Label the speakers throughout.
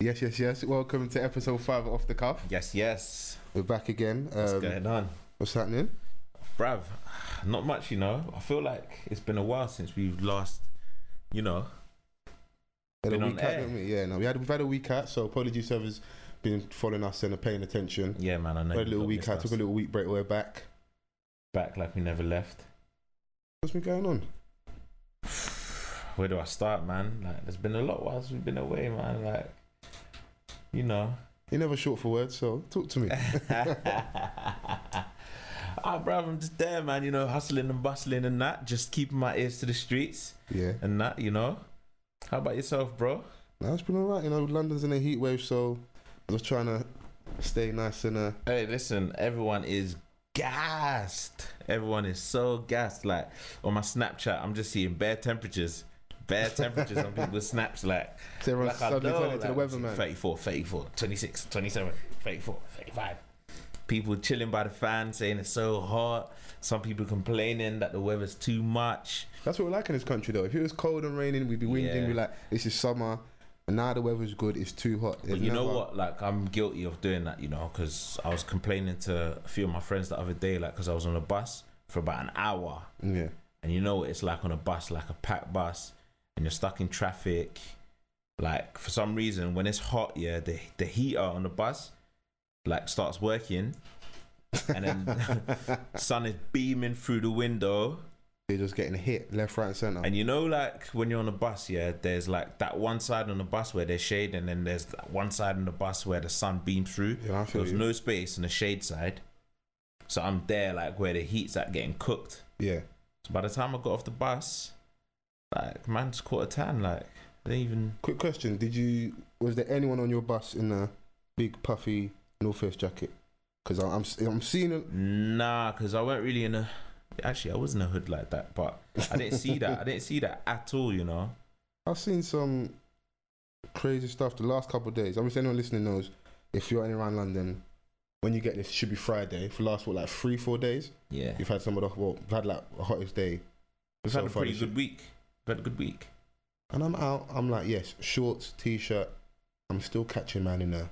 Speaker 1: Yes, yes, yes. Welcome to episode five of Off the Cuff.
Speaker 2: Yes, yes.
Speaker 1: We're back again.
Speaker 2: What's
Speaker 1: Um,
Speaker 2: going on?
Speaker 1: what's happening?
Speaker 2: Brav, not much, you know. I feel like it's been a while since we've last, you know.
Speaker 1: Had
Speaker 2: Been
Speaker 1: a
Speaker 2: on
Speaker 1: week out,
Speaker 2: air.
Speaker 1: didn't we? Yeah, no, we had we've had a week out, so apologies to whoever's been following us and paying attention.
Speaker 2: Yeah, man, I know.
Speaker 1: We had a
Speaker 2: you've
Speaker 1: little
Speaker 2: not
Speaker 1: week
Speaker 2: missed
Speaker 1: out, took
Speaker 2: us.
Speaker 1: a little week break, we're back.
Speaker 2: back like we never left.
Speaker 1: What's been going on?
Speaker 2: Where do I start, man? Like, there's been a lot whilst we've been away, man. Like, you know.
Speaker 1: You're never short for words, so talk to me.
Speaker 2: Ah, bruv, I'm just there, man. You know, hustling and bustling and that. Just keeping my ears to the streets
Speaker 1: yeah.
Speaker 2: and that. You know. How about yourself, bro?
Speaker 1: No, it's been alright, you know, London's in a heat wave, so I was trying to stay nice and uh
Speaker 2: Hey, listen, everyone is gassed. Everyone is so gassed. Like on my Snapchat, I'm just seeing bare temperatures. Bare temperatures on people's snaps. Like,
Speaker 1: so everyone's
Speaker 2: like I
Speaker 1: suddenly
Speaker 2: know,
Speaker 1: turning to the
Speaker 2: like,
Speaker 1: weather man.
Speaker 2: 34, 34, 26, 27, 34, 35. People chilling by the fan saying it's so hot. Some people complaining that the weather's too much.
Speaker 1: That's what we like in this country though. If it was cold and raining, we'd be winding,
Speaker 2: Yeah.
Speaker 1: we're like, this is summer. And now the weather's good, it's too hot.
Speaker 2: But
Speaker 1: It
Speaker 2: you know
Speaker 1: never-
Speaker 2: what? Like, I'm guilty of doing that, you know, because I was complaining to a few of my friends the other day, like, because I was on a bus for about an hour.
Speaker 1: Yeah.
Speaker 2: and you know what it's like on a bus, like a packed bus, and you're stuck in traffic. Like for some reason, when it's hot, yeah, the the heater on the bus like starts working, and then sun is beaming through the window.
Speaker 1: They're just getting hit left, right, and centre.
Speaker 2: And you know, like when you're on a bus, yeah, there's like that one side on the bus where there's shade, and then there's that one side on the bus where the sun beams through.
Speaker 1: Yeah, I
Speaker 2: There
Speaker 1: feel
Speaker 2: was
Speaker 1: you.
Speaker 2: no space on the shade side, so I'm there like where the heat's at getting cooked.
Speaker 1: yeah.
Speaker 2: So by the time I got off the bus, like man's caught a tan. Like they even
Speaker 1: Quick question: Did you was there anyone on your bus in a big puffy North Face jacket? Because I'm I'm seeing it.
Speaker 2: nah, because I weren't really in a. Actually, I was in a hood like that, but I didn't see that. I didn't see that at all. You know.
Speaker 1: I've seen some crazy stuff the last couple of days. I wish anyone listening knows if you're in around London. When you get this, it should be Friday. For the last what like three four days,
Speaker 2: Yeah,
Speaker 1: you've had some of the well, we've had like the hottest day.
Speaker 2: we've
Speaker 1: so
Speaker 2: had a
Speaker 1: far
Speaker 2: pretty
Speaker 1: this
Speaker 2: good week. We've had a good week.
Speaker 1: And I'm out. I'm like yes, shorts, t-shirt. I'm still catching man in a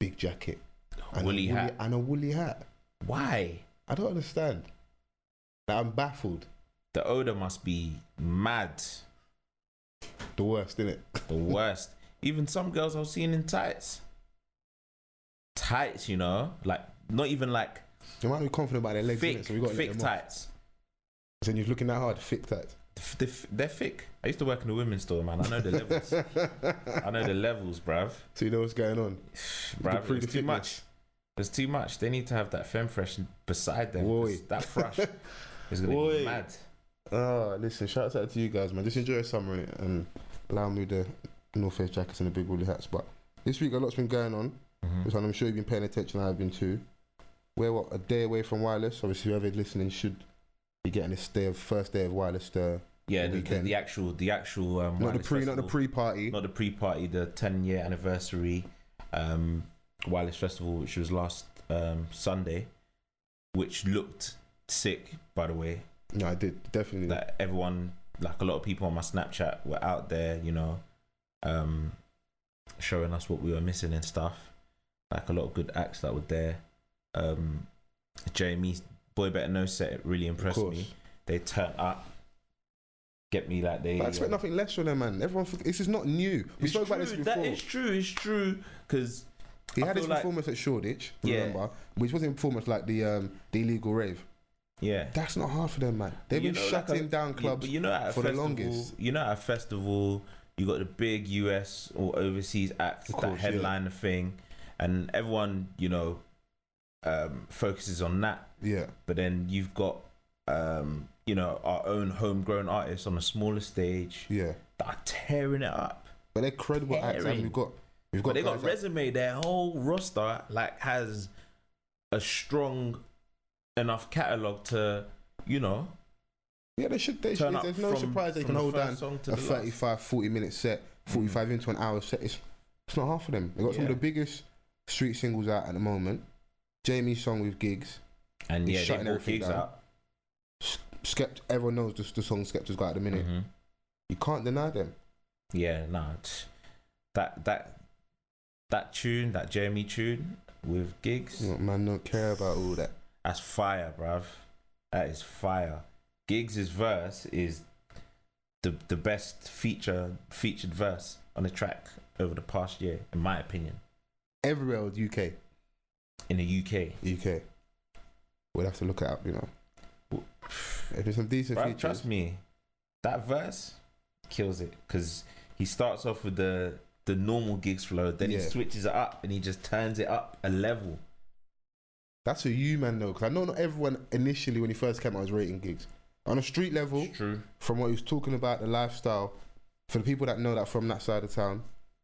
Speaker 1: big jacket, and a
Speaker 2: Woolly hat.
Speaker 1: and a woolly hat.
Speaker 2: Why?
Speaker 1: I don't understand. Like, I'm baffled.
Speaker 2: The odor must be mad.
Speaker 1: The worst, innit?
Speaker 2: The worst. even some girls I've seen in tights. Tights, you know, like not even like
Speaker 1: You might be confident about their legs,
Speaker 2: thick,
Speaker 1: innit? So we got to let
Speaker 2: thick
Speaker 1: them off.
Speaker 2: tights.
Speaker 1: So you're looking that hard, thick tight.
Speaker 2: F- They're, f- they're thick. I used to work in a women's store, man. I know the levels. I know the levels, bruv.
Speaker 1: So you know what's going on.
Speaker 2: Bruv,
Speaker 1: through
Speaker 2: it's
Speaker 1: the
Speaker 2: too much.
Speaker 1: thickness.
Speaker 2: It's too much. They need to have that femme fresh beside them.
Speaker 1: Oi.
Speaker 2: 'cause That fresh is gonna
Speaker 1: Oi.
Speaker 2: be mad.
Speaker 1: Ah, listen, shouts out to you guys, man. Just enjoy your summer, innit? And allow me the North Face jackets and the big woolly hats. But this week, a lot's been going on. which I'm sure you've been paying attention. I've been too. We're what a day away from wireless. Obviously, whoever listening should be getting this day of first day of wireless. uh, The,
Speaker 2: Yeah, the, the,
Speaker 1: Weekend.
Speaker 2: the actual, the actual. Um,
Speaker 1: not the
Speaker 2: Wireless
Speaker 1: pre, not the
Speaker 2: Festival-
Speaker 1: pre party.
Speaker 2: not the pre-party, the 10-year anniversary um, Wireless Festival, which was last um, Sunday, which looked sick, by the way.
Speaker 1: No, I did definitely.
Speaker 2: that everyone like a lot of people on my snapchat were out there you know um showing us what we were missing and stuff like a lot of good acts that were there um jamie's boy better know set it really impressed
Speaker 1: course.
Speaker 2: me they turned up get me like they
Speaker 1: But I expect
Speaker 2: uh,
Speaker 1: nothing less from them, man. Everyone, this is not new. We
Speaker 2: it's
Speaker 1: spoke about
Speaker 2: true,
Speaker 1: this before.
Speaker 2: that is true it's true because
Speaker 1: he
Speaker 2: I
Speaker 1: had his
Speaker 2: feel like-
Speaker 1: performance at Shoreditch,
Speaker 2: Yeah.
Speaker 1: remember, which wasn't performance like the um, the illegal rave.
Speaker 2: yeah
Speaker 1: That's not hard for them, man. They've
Speaker 2: You
Speaker 1: been
Speaker 2: know, like
Speaker 1: shutting
Speaker 2: a-
Speaker 1: down
Speaker 2: you-
Speaker 1: clubs.
Speaker 2: but you know, at a
Speaker 1: for the
Speaker 2: festival-
Speaker 1: longest.
Speaker 2: You know, at a festival, you got the big US or overseas acts
Speaker 1: Of
Speaker 2: that
Speaker 1: course,
Speaker 2: headline the thing, and everyone, you know, um, focuses on that.
Speaker 1: yeah,
Speaker 2: But then you've got, um, you know, our own homegrown artists on a smaller stage
Speaker 1: yeah.
Speaker 2: that are tearing it up.
Speaker 1: But they're credible acts, and
Speaker 2: Tearing.
Speaker 1: we've got we've
Speaker 2: But
Speaker 1: got,
Speaker 2: they got
Speaker 1: guys like-
Speaker 2: resume. Their whole roster like has a strong enough catalog to, you know,
Speaker 1: yeah, they should. They
Speaker 2: turn
Speaker 1: should
Speaker 2: up
Speaker 1: there's no
Speaker 2: from-
Speaker 1: surprise they
Speaker 2: from
Speaker 1: can
Speaker 2: the
Speaker 1: hold
Speaker 2: first
Speaker 1: down
Speaker 2: song to
Speaker 1: a
Speaker 2: the last.
Speaker 1: 35, 40 minute set, 45 into an hour set. It's, it's not hard for them. They got some of
Speaker 2: Yeah.
Speaker 1: the biggest street singles out at the moment. Jamie's song with gigs.
Speaker 2: and
Speaker 1: He's
Speaker 2: yeah, they
Speaker 1: shutting
Speaker 2: brought
Speaker 1: everything
Speaker 2: gigs
Speaker 1: down.
Speaker 2: out.
Speaker 1: Skept, everyone knows the, the song Skepta's got at the minute.
Speaker 2: Mhm.
Speaker 1: You can't deny them.
Speaker 2: Yeah, no, nah, t- that that that tune, that Jeremy tune with gigs.
Speaker 1: Look, man, don't care about all that.
Speaker 2: That's fire, bruv. That is fire. Giggs' verse is the the best feature featured verse on the track over the past year, in my opinion,
Speaker 1: Everywhere was UK.
Speaker 2: in the UK.
Speaker 1: UK. We'll have to look it up, you know. If there's some decent
Speaker 2: Bruv,
Speaker 1: features.
Speaker 2: trust me, that verse kills it because he starts off with the the normal gigs flow, then he
Speaker 1: Yeah.
Speaker 2: switches it up and he just turns it up a level.
Speaker 1: That's for you, man, though, because I know not everyone initially, when he first came out, was rating gigs. On a street level,
Speaker 2: It's true.
Speaker 1: from what he was talking about, the lifestyle, for the people that know that from that side of town,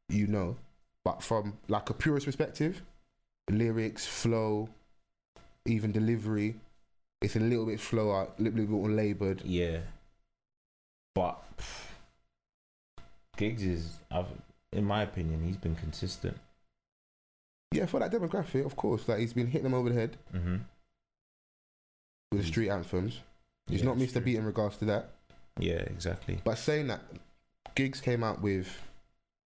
Speaker 1: you know. But from like a purist perspective, lyrics, flow, even delivery, it's a little bit slower, a little bit more laboured.
Speaker 2: Yeah. But pff, Giggs is, I've, in my opinion, he's been consistent.
Speaker 1: Yeah, for that demographic, of course. Like he's been hitting them over the head
Speaker 2: Mm-hmm.
Speaker 1: with the street anthems. He's not missed a beat in regards to that.
Speaker 2: Yeah, exactly.
Speaker 1: But saying that, Gigs came out with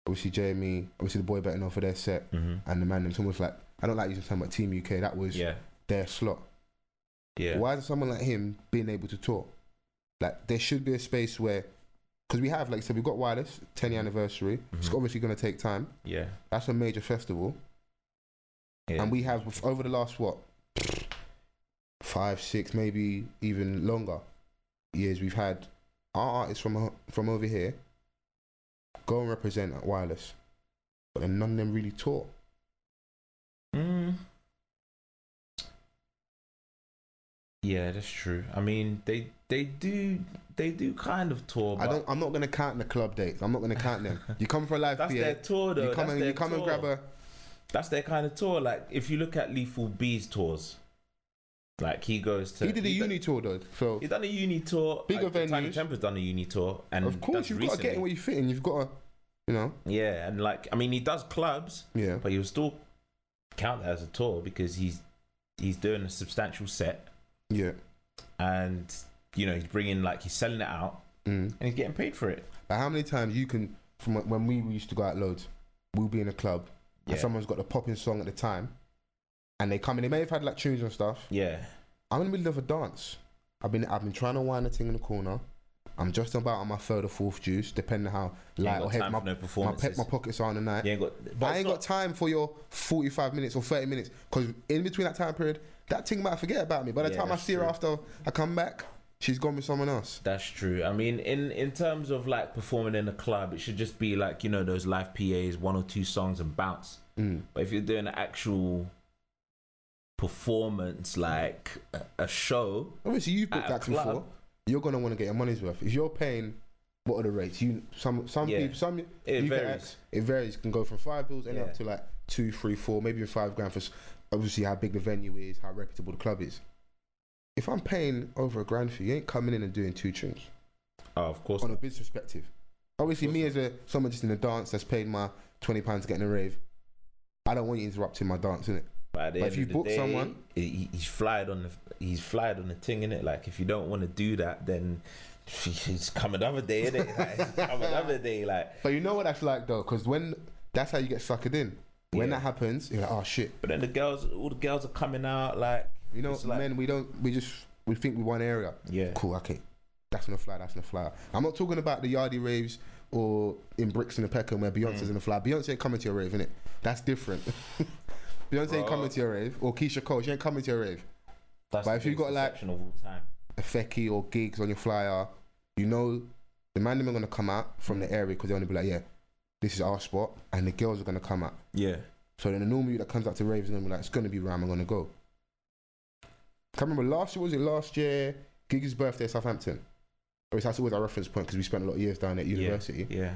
Speaker 1: obviously Jamie, obviously the boy better know for their set,
Speaker 2: Mm-hmm.
Speaker 1: and the man. It's almost like I don't like using the term like Team UK. That was
Speaker 2: Yeah,
Speaker 1: their slot.
Speaker 2: yeah.
Speaker 1: Why is someone like him being able to talk? Like there should be a space where, because we have like so we've got Wireless 10
Speaker 2: Mm-hmm.
Speaker 1: year anniversary. It's
Speaker 2: Mhm.
Speaker 1: obviously going to take time.
Speaker 2: Yeah.
Speaker 1: That's a major festival,
Speaker 2: yeah.
Speaker 1: and we have over the last what five, six, maybe even longer years, we've had our artists from o- from over here go and represent at Wireless, but then none of them really talk.
Speaker 2: Mm. Yeah, that's true. I mean, they they do they do kind of tour. But
Speaker 1: I don't. I'm not going to count the club dates. I'm not going to count them. You come for a live
Speaker 2: That's their
Speaker 1: PA.
Speaker 2: tour, though.
Speaker 1: You come
Speaker 2: that's
Speaker 1: and
Speaker 2: their
Speaker 1: you come
Speaker 2: tour.
Speaker 1: and grab a.
Speaker 2: That's their kind of tour. Like if you look at Lethal B's tours, like he goes to
Speaker 1: He did a
Speaker 2: done-
Speaker 1: uni tour though, so
Speaker 2: He's done a uni tour.
Speaker 1: Bigger
Speaker 2: like, Tiny
Speaker 1: venues.
Speaker 2: Temper's done a uni tour, and
Speaker 1: of course
Speaker 2: that's
Speaker 1: you've got to
Speaker 2: recently.
Speaker 1: get in where you fit in. You've got to, you know,
Speaker 2: Yeah, and like I mean, he does clubs,
Speaker 1: yeah,
Speaker 2: but he'll still count that as a tour because he's he's doing a substantial set,
Speaker 1: yeah.
Speaker 2: and you know he's bringing like he's selling it out,
Speaker 1: Mm.
Speaker 2: and he's getting paid for it.
Speaker 1: Like how many times you can from wh- when we used to go out loads, we'll be in a club
Speaker 2: Yeah,
Speaker 1: and someone's got the popping song at the time, and they come in. They may have had like tunes and stuff.
Speaker 2: yeah,
Speaker 1: I'm in the middle of a dance. I've been I've been trying to wind the thing in the corner. I'm just about on my third or fourth juice, depending how
Speaker 2: You
Speaker 1: light
Speaker 2: ain't
Speaker 1: or
Speaker 2: got
Speaker 1: heavy
Speaker 2: time
Speaker 1: my
Speaker 2: for no
Speaker 1: my,
Speaker 2: performances.
Speaker 1: pe- my pockets are on the night.
Speaker 2: You ain't got. But
Speaker 1: I ain't got time for your 45 minutes or 30 minutes because in between that time period, that thing might forget about me. By the
Speaker 2: Yeah,
Speaker 1: time I
Speaker 2: that's
Speaker 1: see her
Speaker 2: true.
Speaker 1: after I come back, she's gone with someone else.
Speaker 2: That's true. I mean, in in terms of like performing in a club, it should just be like you know those live PAs, one or two songs and bounce.
Speaker 1: Mm.
Speaker 2: But if you're doing an actual performance, like a, a show,
Speaker 1: Obviously, you've booked
Speaker 2: At a
Speaker 1: that before.
Speaker 2: club.
Speaker 1: You're gonna want to get your money's worth. If you're paying, what are the rates? You some some
Speaker 2: Yeah.
Speaker 1: people some
Speaker 2: it
Speaker 1: you get
Speaker 2: varies.
Speaker 1: at- it varies. Can go from five bills and
Speaker 2: Yeah.
Speaker 1: up to like two, three, four, maybe even five grand for s- obviously how big the venue is, how reputable the club is. If I'm paying over a grand for you, you ain't coming in and doing two tunes.
Speaker 2: Oh, of course.
Speaker 1: on a business perspective. Obviously, me as a someone just in the dance that's paid my twenty pounds to get in a rave, I don't want you interrupting my dance, innit?
Speaker 2: But, at the
Speaker 1: But
Speaker 2: end
Speaker 1: if you
Speaker 2: of the
Speaker 1: book
Speaker 2: day,
Speaker 1: someone-
Speaker 2: he- he- he's flyed on the he's flyed on the thing in it. Like if you don't want to do that, then he's come another day in it. Like, come another day. Like,
Speaker 1: But you know what that's like though, because when that's how you get suckered in. When
Speaker 2: Yeah.
Speaker 1: that happens, you're like, oh shit.
Speaker 2: but then the girls, all the girls are coming out. Like,
Speaker 1: You know,
Speaker 2: It's like-
Speaker 1: men, we don't, we just, we think we one area.
Speaker 2: yeah,
Speaker 1: Cool, okay. That's on the fly. That's on the fly. I'm not talking about the Yardie raves or in Brixton and Peckham where
Speaker 2: Mm.
Speaker 1: Beyonce's in the fly. Beyonce ain't coming to your rave, innit? That's different. Beyonce ain't
Speaker 2: Bro.
Speaker 1: coming to your rave, or Keisha Cole, she ain't coming to your rave.
Speaker 2: that's
Speaker 1: but
Speaker 2: the
Speaker 1: if you
Speaker 2: biggest
Speaker 1: got, like-
Speaker 2: deception of all time.
Speaker 1: Effecki or gigs on your flyer, you know the man them are gonna come out from the area because they're gonna be like, yeah, this is our spot, and the girls are gonna come out.
Speaker 2: Yeah,
Speaker 1: So then the normal you that comes out to raves is gonna be like, it's gonna be Ram, I'm gonna go. Can't remember last year was it last year? Giggy's birthday, at Southampton. Or that's always our reference point because we spent a lot of years down at
Speaker 2: Yeah.
Speaker 1: university.
Speaker 2: yeah.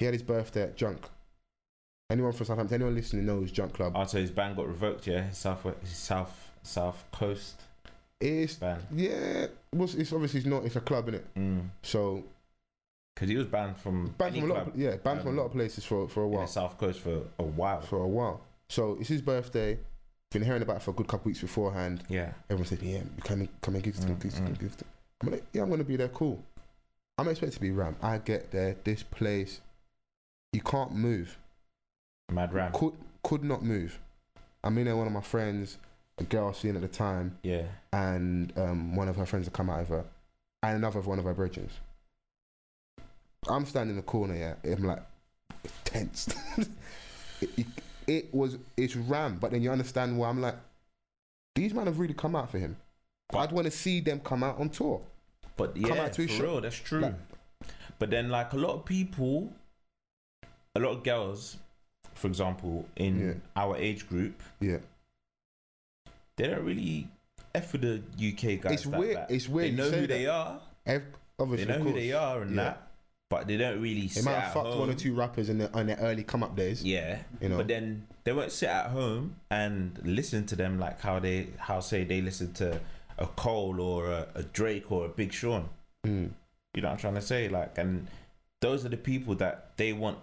Speaker 1: He had his birthday at Junk. Anyone from Southampton, anyone listening knows Junk Club.
Speaker 2: Oh, so his ban got revoked. Yeah, his south his south south coast
Speaker 1: it's
Speaker 2: ban.
Speaker 1: yeah, well, it's obviously it's not. It's a club, innit?
Speaker 2: Because
Speaker 1: So
Speaker 2: Mm. he was banned from
Speaker 1: banned
Speaker 2: any
Speaker 1: from a lot,
Speaker 2: club
Speaker 1: of, yeah, banned from a
Speaker 2: um,
Speaker 1: lot of places for for a
Speaker 2: in
Speaker 1: while.
Speaker 2: the south coast for a while.
Speaker 1: for a while. So it's his birthday. Been hearing about it for a good couple weeks beforehand.
Speaker 2: Yeah,
Speaker 1: Everyone said, "Yeah, come and come and give it, come and give it, come and
Speaker 2: Mm,
Speaker 1: give it." I'm like, "Yeah, I'm gonna be there. Cool. I'm expected to be ram. I get there. This place, you can't move.
Speaker 2: Mad Ram.
Speaker 1: Could could not move. I'm in there. One of my friends, a girl I was seeing at the time,
Speaker 2: Yeah.
Speaker 1: and um, one of her friends had come out of her, and another of one of her bridges. I'm standing in the corner, yeah. I'm like tensed. it, it, it was it's Ram, but then you understand why I'm like, these men have really come out for him.
Speaker 2: But-
Speaker 1: I'd want to see them come out on tour.
Speaker 2: But yeah,
Speaker 1: out to
Speaker 2: for
Speaker 1: his shop.
Speaker 2: real, that's true.
Speaker 1: Like-
Speaker 2: but then, like a lot of people, a lot of girls, for example, in
Speaker 1: Yeah.
Speaker 2: our age group,
Speaker 1: Yeah,
Speaker 2: they don't really f with the UK guys.
Speaker 1: It's
Speaker 2: like
Speaker 1: weird-
Speaker 2: that.
Speaker 1: it's weird
Speaker 2: They
Speaker 1: you
Speaker 2: know
Speaker 1: say
Speaker 2: who they are.
Speaker 1: Ev-
Speaker 2: They
Speaker 1: obviously.
Speaker 2: know
Speaker 1: of
Speaker 2: who
Speaker 1: course.
Speaker 2: they are and
Speaker 1: Yeah.
Speaker 2: that. But they don't really.
Speaker 1: They
Speaker 2: sit
Speaker 1: might
Speaker 2: at
Speaker 1: have fucked one or
Speaker 2: home.
Speaker 1: two rappers in their, in their early come up days.
Speaker 2: Yeah,
Speaker 1: You know.
Speaker 2: but then they won't sit at home and listen to them like how they how say they listen to a Cole or a, a Drake or a Big Sean.
Speaker 1: Mm.
Speaker 2: You know what I'm trying to say? Like, and those are the people that they want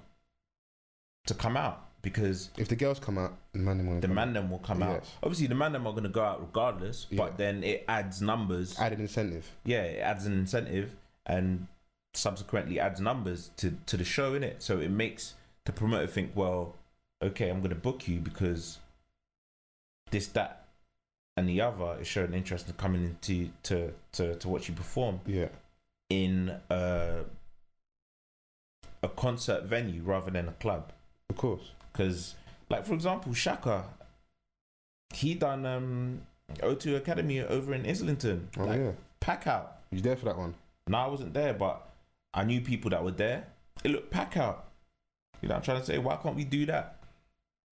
Speaker 2: to come out because
Speaker 1: If the girls come out, the man them
Speaker 2: the man them will come out.
Speaker 1: Mm-hmm. Yes.
Speaker 2: Obviously, the man them are gonna go out regardless,
Speaker 1: Yeah.
Speaker 2: but then it adds numbers.
Speaker 1: added incentive.
Speaker 2: yeah, it adds an incentive and subsequently adds numbers to to the show in it. So it makes the promoter think, well, okay, I'm gonna book you because this, that, and the other is showing interest in coming into to to to watch you perform
Speaker 1: Yeah,
Speaker 2: in a, a concert venue rather than a club.
Speaker 1: of course.
Speaker 2: Because, like for example, Shaka, he done um, O2 Academy over in Islington,
Speaker 1: Oh
Speaker 2: like
Speaker 1: yeah,
Speaker 2: pack out.
Speaker 1: you there for that one?
Speaker 2: Now I wasn't there, but I knew people that were there. It looked pack out. You know what I'm trying to say? Why can't we do that?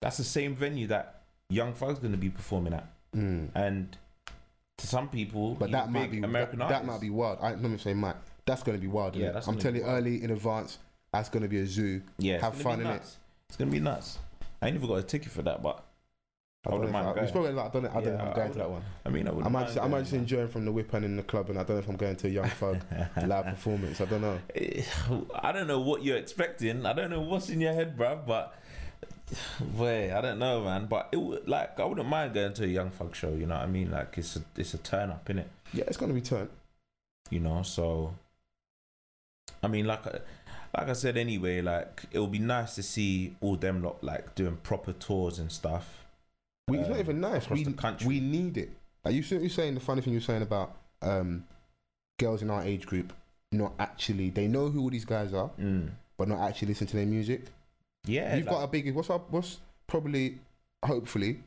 Speaker 2: That's the same venue that Young Thug's going to be performing at,
Speaker 1: Mm.
Speaker 2: and to some people,
Speaker 1: But
Speaker 2: he's
Speaker 1: that might
Speaker 2: big
Speaker 1: be
Speaker 2: American
Speaker 1: that, that
Speaker 2: artist.
Speaker 1: might be wild. I, let me say, Mike, that's going to be wild.
Speaker 2: Yeah,
Speaker 1: Yeah,
Speaker 2: that's
Speaker 1: I'm
Speaker 2: gonna
Speaker 1: telling
Speaker 2: be
Speaker 1: you early in advance. That's going to be a zoo.
Speaker 2: Yeah, it's
Speaker 1: Have
Speaker 2: gonna
Speaker 1: fun
Speaker 2: be
Speaker 1: in it.
Speaker 2: nuts. It's gonna be nuts. I ain't even got a ticket for that, but
Speaker 1: I
Speaker 2: I
Speaker 1: don't
Speaker 2: wouldn't
Speaker 1: know if
Speaker 2: mind
Speaker 1: I-
Speaker 2: going.
Speaker 1: It's probably like, I don't. know- I don't know
Speaker 2: Yeah,
Speaker 1: if
Speaker 2: I
Speaker 1: I'm going to
Speaker 2: would-
Speaker 1: that one.
Speaker 2: I mean, I would.
Speaker 1: I might. Just, I might just enjoying from the whip and in the club, and I don't know if I'm going to a Young Thug live performance. I don't know.
Speaker 2: I don't know what you're expecting. I don't know what's in your head, bruv, but wait, I don't know, man. But it would like I wouldn't mind going to a Young Funk show. You know what I mean? Like it's a it's a turn up in it.
Speaker 1: Yeah, it's going to be turned.
Speaker 2: You know, so I mean, like I- like I said, anyway, like it would be nice to see all them lot like doing proper tours and stuff.
Speaker 1: We, it's
Speaker 2: um,
Speaker 1: not even nice.
Speaker 2: across
Speaker 1: We,
Speaker 2: the country.
Speaker 1: we need it. Like you see, you're saying the funny thing you're saying about um, girls in our age group not actually. They know who all these guys are,
Speaker 2: Mm.
Speaker 1: but not actually listen to their music.
Speaker 2: Yeah,
Speaker 1: You've
Speaker 2: like-
Speaker 1: got a big. What's up? What's probably, hopefully,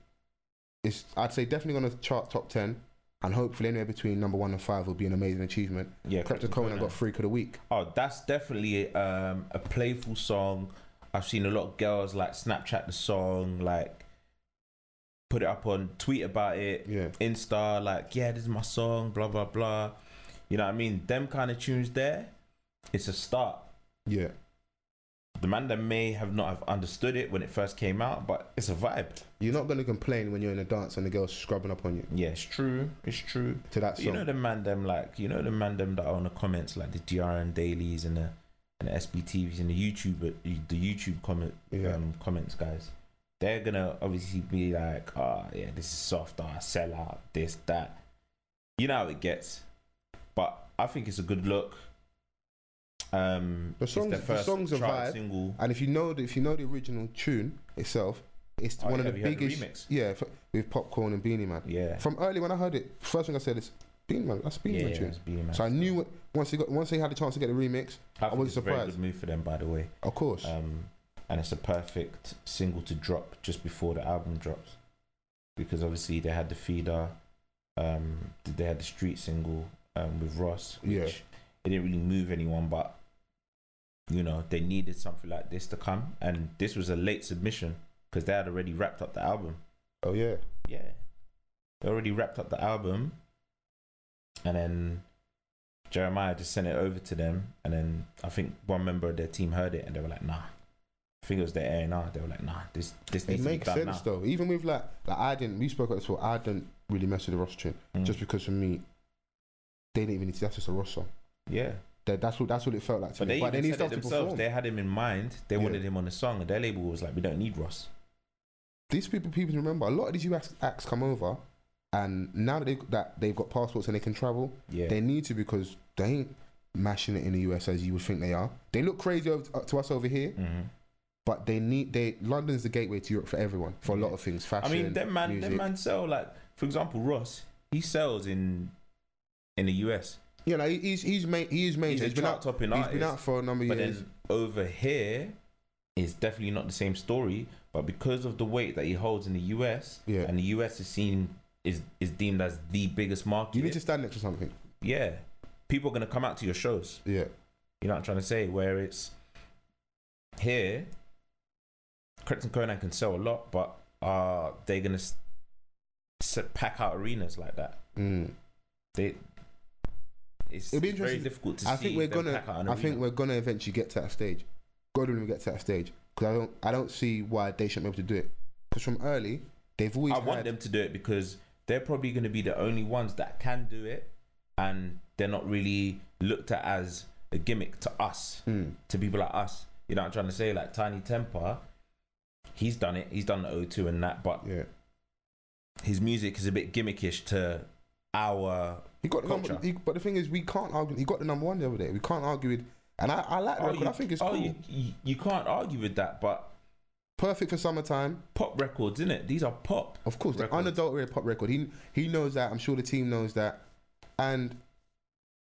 Speaker 1: it's. I'd say definitely going to chart top ten, and hopefully anywhere between number one and five will be an amazing achievement.
Speaker 2: yeah,
Speaker 1: Crypto Conan got freak of the week.
Speaker 2: Oh, that's definitely um, a playful song. I've seen a lot of girls like Snapchat the song, like put it up on tweet about it,
Speaker 1: Yeah,
Speaker 2: Insta, like, yeah, this is my song, blah blah blah. You know what I mean? Them kind of tunes there, it's a start.
Speaker 1: yeah.
Speaker 2: The man that may have not have understood it when it first came out, but it's a vibe.
Speaker 1: You're not going to complain when you're in a dance and the girl's scrubbing up on you
Speaker 2: Yeah, it's true. It's true.
Speaker 1: to that song.
Speaker 2: You know the man them like you know the man them that are on the comments like the DRM dailies and the and the SBTVs and the YouTube the YouTube comment
Speaker 1: Yeah.
Speaker 2: um, comments guys. They're gonna obviously be like, oh yeah, this is soft, ah, sell out, this, that. You know how it gets. But I think it's a good look. Um
Speaker 1: The
Speaker 2: it's
Speaker 1: songs-
Speaker 2: their
Speaker 1: the song's a
Speaker 2: chart
Speaker 1: vibe.
Speaker 2: single.
Speaker 1: and if you know the, if you know the original tune itself, it's
Speaker 2: Oh,
Speaker 1: one of
Speaker 2: yeah,
Speaker 1: the
Speaker 2: have you heard
Speaker 1: biggest.
Speaker 2: remix.
Speaker 1: yeah, f- with popcorn and Beanie Man.
Speaker 2: Yeah.
Speaker 1: From early when I heard it, first thing I said is Beanie Man. That's a Beanie
Speaker 2: yeah,
Speaker 1: Man
Speaker 2: yeah,
Speaker 1: tune.
Speaker 2: it's Beanie Man.
Speaker 1: so I knew it- once they got once they had the chance to get the remix,
Speaker 2: I, think
Speaker 1: wasn't
Speaker 2: it's a very
Speaker 1: surprised.
Speaker 2: good move for them by the way.
Speaker 1: of course.
Speaker 2: um, and it's a perfect single to drop just before the album drops because obviously they had the feeder um, they had the street single um, with ross which
Speaker 1: Yeah.
Speaker 2: it didn't really move anyone but you know they needed something like this to come and this was a late submission because they had already wrapped up the album
Speaker 1: oh yeah.
Speaker 2: yeah they already wrapped up the album and then jeremiah just sent it over to them and then i think one member of their team heard it and they were like nah i think it was their a&r they were like nah this this
Speaker 1: It
Speaker 2: needs
Speaker 1: makes
Speaker 2: to be
Speaker 1: sense
Speaker 2: done now
Speaker 1: though. Even with like, like I didn't. We spoke about this before. I didn't really mess with the Ross tune
Speaker 2: Mm.
Speaker 1: just because for me, they didn't even need to. That's just a Ross song.
Speaker 2: yeah
Speaker 1: That, that's what that's what it felt like to
Speaker 2: but
Speaker 1: me.
Speaker 2: they,
Speaker 1: but they
Speaker 2: even
Speaker 1: need
Speaker 2: said it
Speaker 1: stuff to
Speaker 2: themselves
Speaker 1: perform.
Speaker 2: they had him in mind they
Speaker 1: Yeah.
Speaker 2: wanted him on the song and their label was like we don't need ross
Speaker 1: These people, people remember a lot of these US acts come over, and now that they that they've got passports and they can travel,
Speaker 2: yeah
Speaker 1: they need to because they ain't mashing it in the US as you would think they are. They look crazy uh, over, to us over here,
Speaker 2: Mhm.
Speaker 1: But they need they London's the gateway to Europe for everyone for a lot of things.
Speaker 2: I
Speaker 1: Fashion.
Speaker 2: mean, that man, that
Speaker 1: music.
Speaker 2: man sell like, for example, Ross. He sells in in the US.
Speaker 1: You know, he's he's main he's main.
Speaker 2: He's a
Speaker 1: he's been out.
Speaker 2: chart-topping
Speaker 1: He's
Speaker 2: artist.
Speaker 1: been out for a number
Speaker 2: But
Speaker 1: of years.
Speaker 2: then over here, it's definitely not the same story. But because of the weight that he holds in the US,
Speaker 1: Yeah.
Speaker 2: and the US is seen is is deemed as the biggest market.
Speaker 1: You need to stand next to something.
Speaker 2: yeah, people are gonna come out to your shows.
Speaker 1: Yeah.
Speaker 2: You know what I'm trying to say? Where it's here, Krypton Conan can sell a lot, but are they gonna s- s- pack out arenas like that?
Speaker 1: Mm.
Speaker 2: They it's,
Speaker 1: It'll be
Speaker 2: it's very
Speaker 1: interesting.
Speaker 2: difficult to
Speaker 1: I
Speaker 2: see.
Speaker 1: think we're
Speaker 2: them
Speaker 1: gonna.
Speaker 2: pack out an
Speaker 1: I think
Speaker 2: arena.
Speaker 1: we're gonna eventually get to that stage. God willing, we get to that stage because I don't. I don't see why they shouldn't be able to do it. Because from early, they've always.
Speaker 2: I want
Speaker 1: had-
Speaker 2: them to do it because they're probably going to be the only ones that can do it, and they're not really looked at as a gimmick to us,
Speaker 1: Mm.
Speaker 2: to people like us. You know what I'm trying to say? Like Tiny Temper, he's done it. He's done the O2 and that, but
Speaker 1: Yeah.
Speaker 2: his music is a bit gimmickish to our.
Speaker 1: He got the number,
Speaker 2: Culture.
Speaker 1: he, but the thing is, we can't argue. He got the number one the other day. We can't argue with, and I, I like the record. I think it's
Speaker 2: oh,
Speaker 1: cool.
Speaker 2: you, you, you can't argue with that, but
Speaker 1: Perfect for summertime.
Speaker 2: pop records, innit? These are pop.
Speaker 1: Of course, the
Speaker 2: Records.
Speaker 1: unadulterated pop record. He he knows that. I'm sure the team knows that. And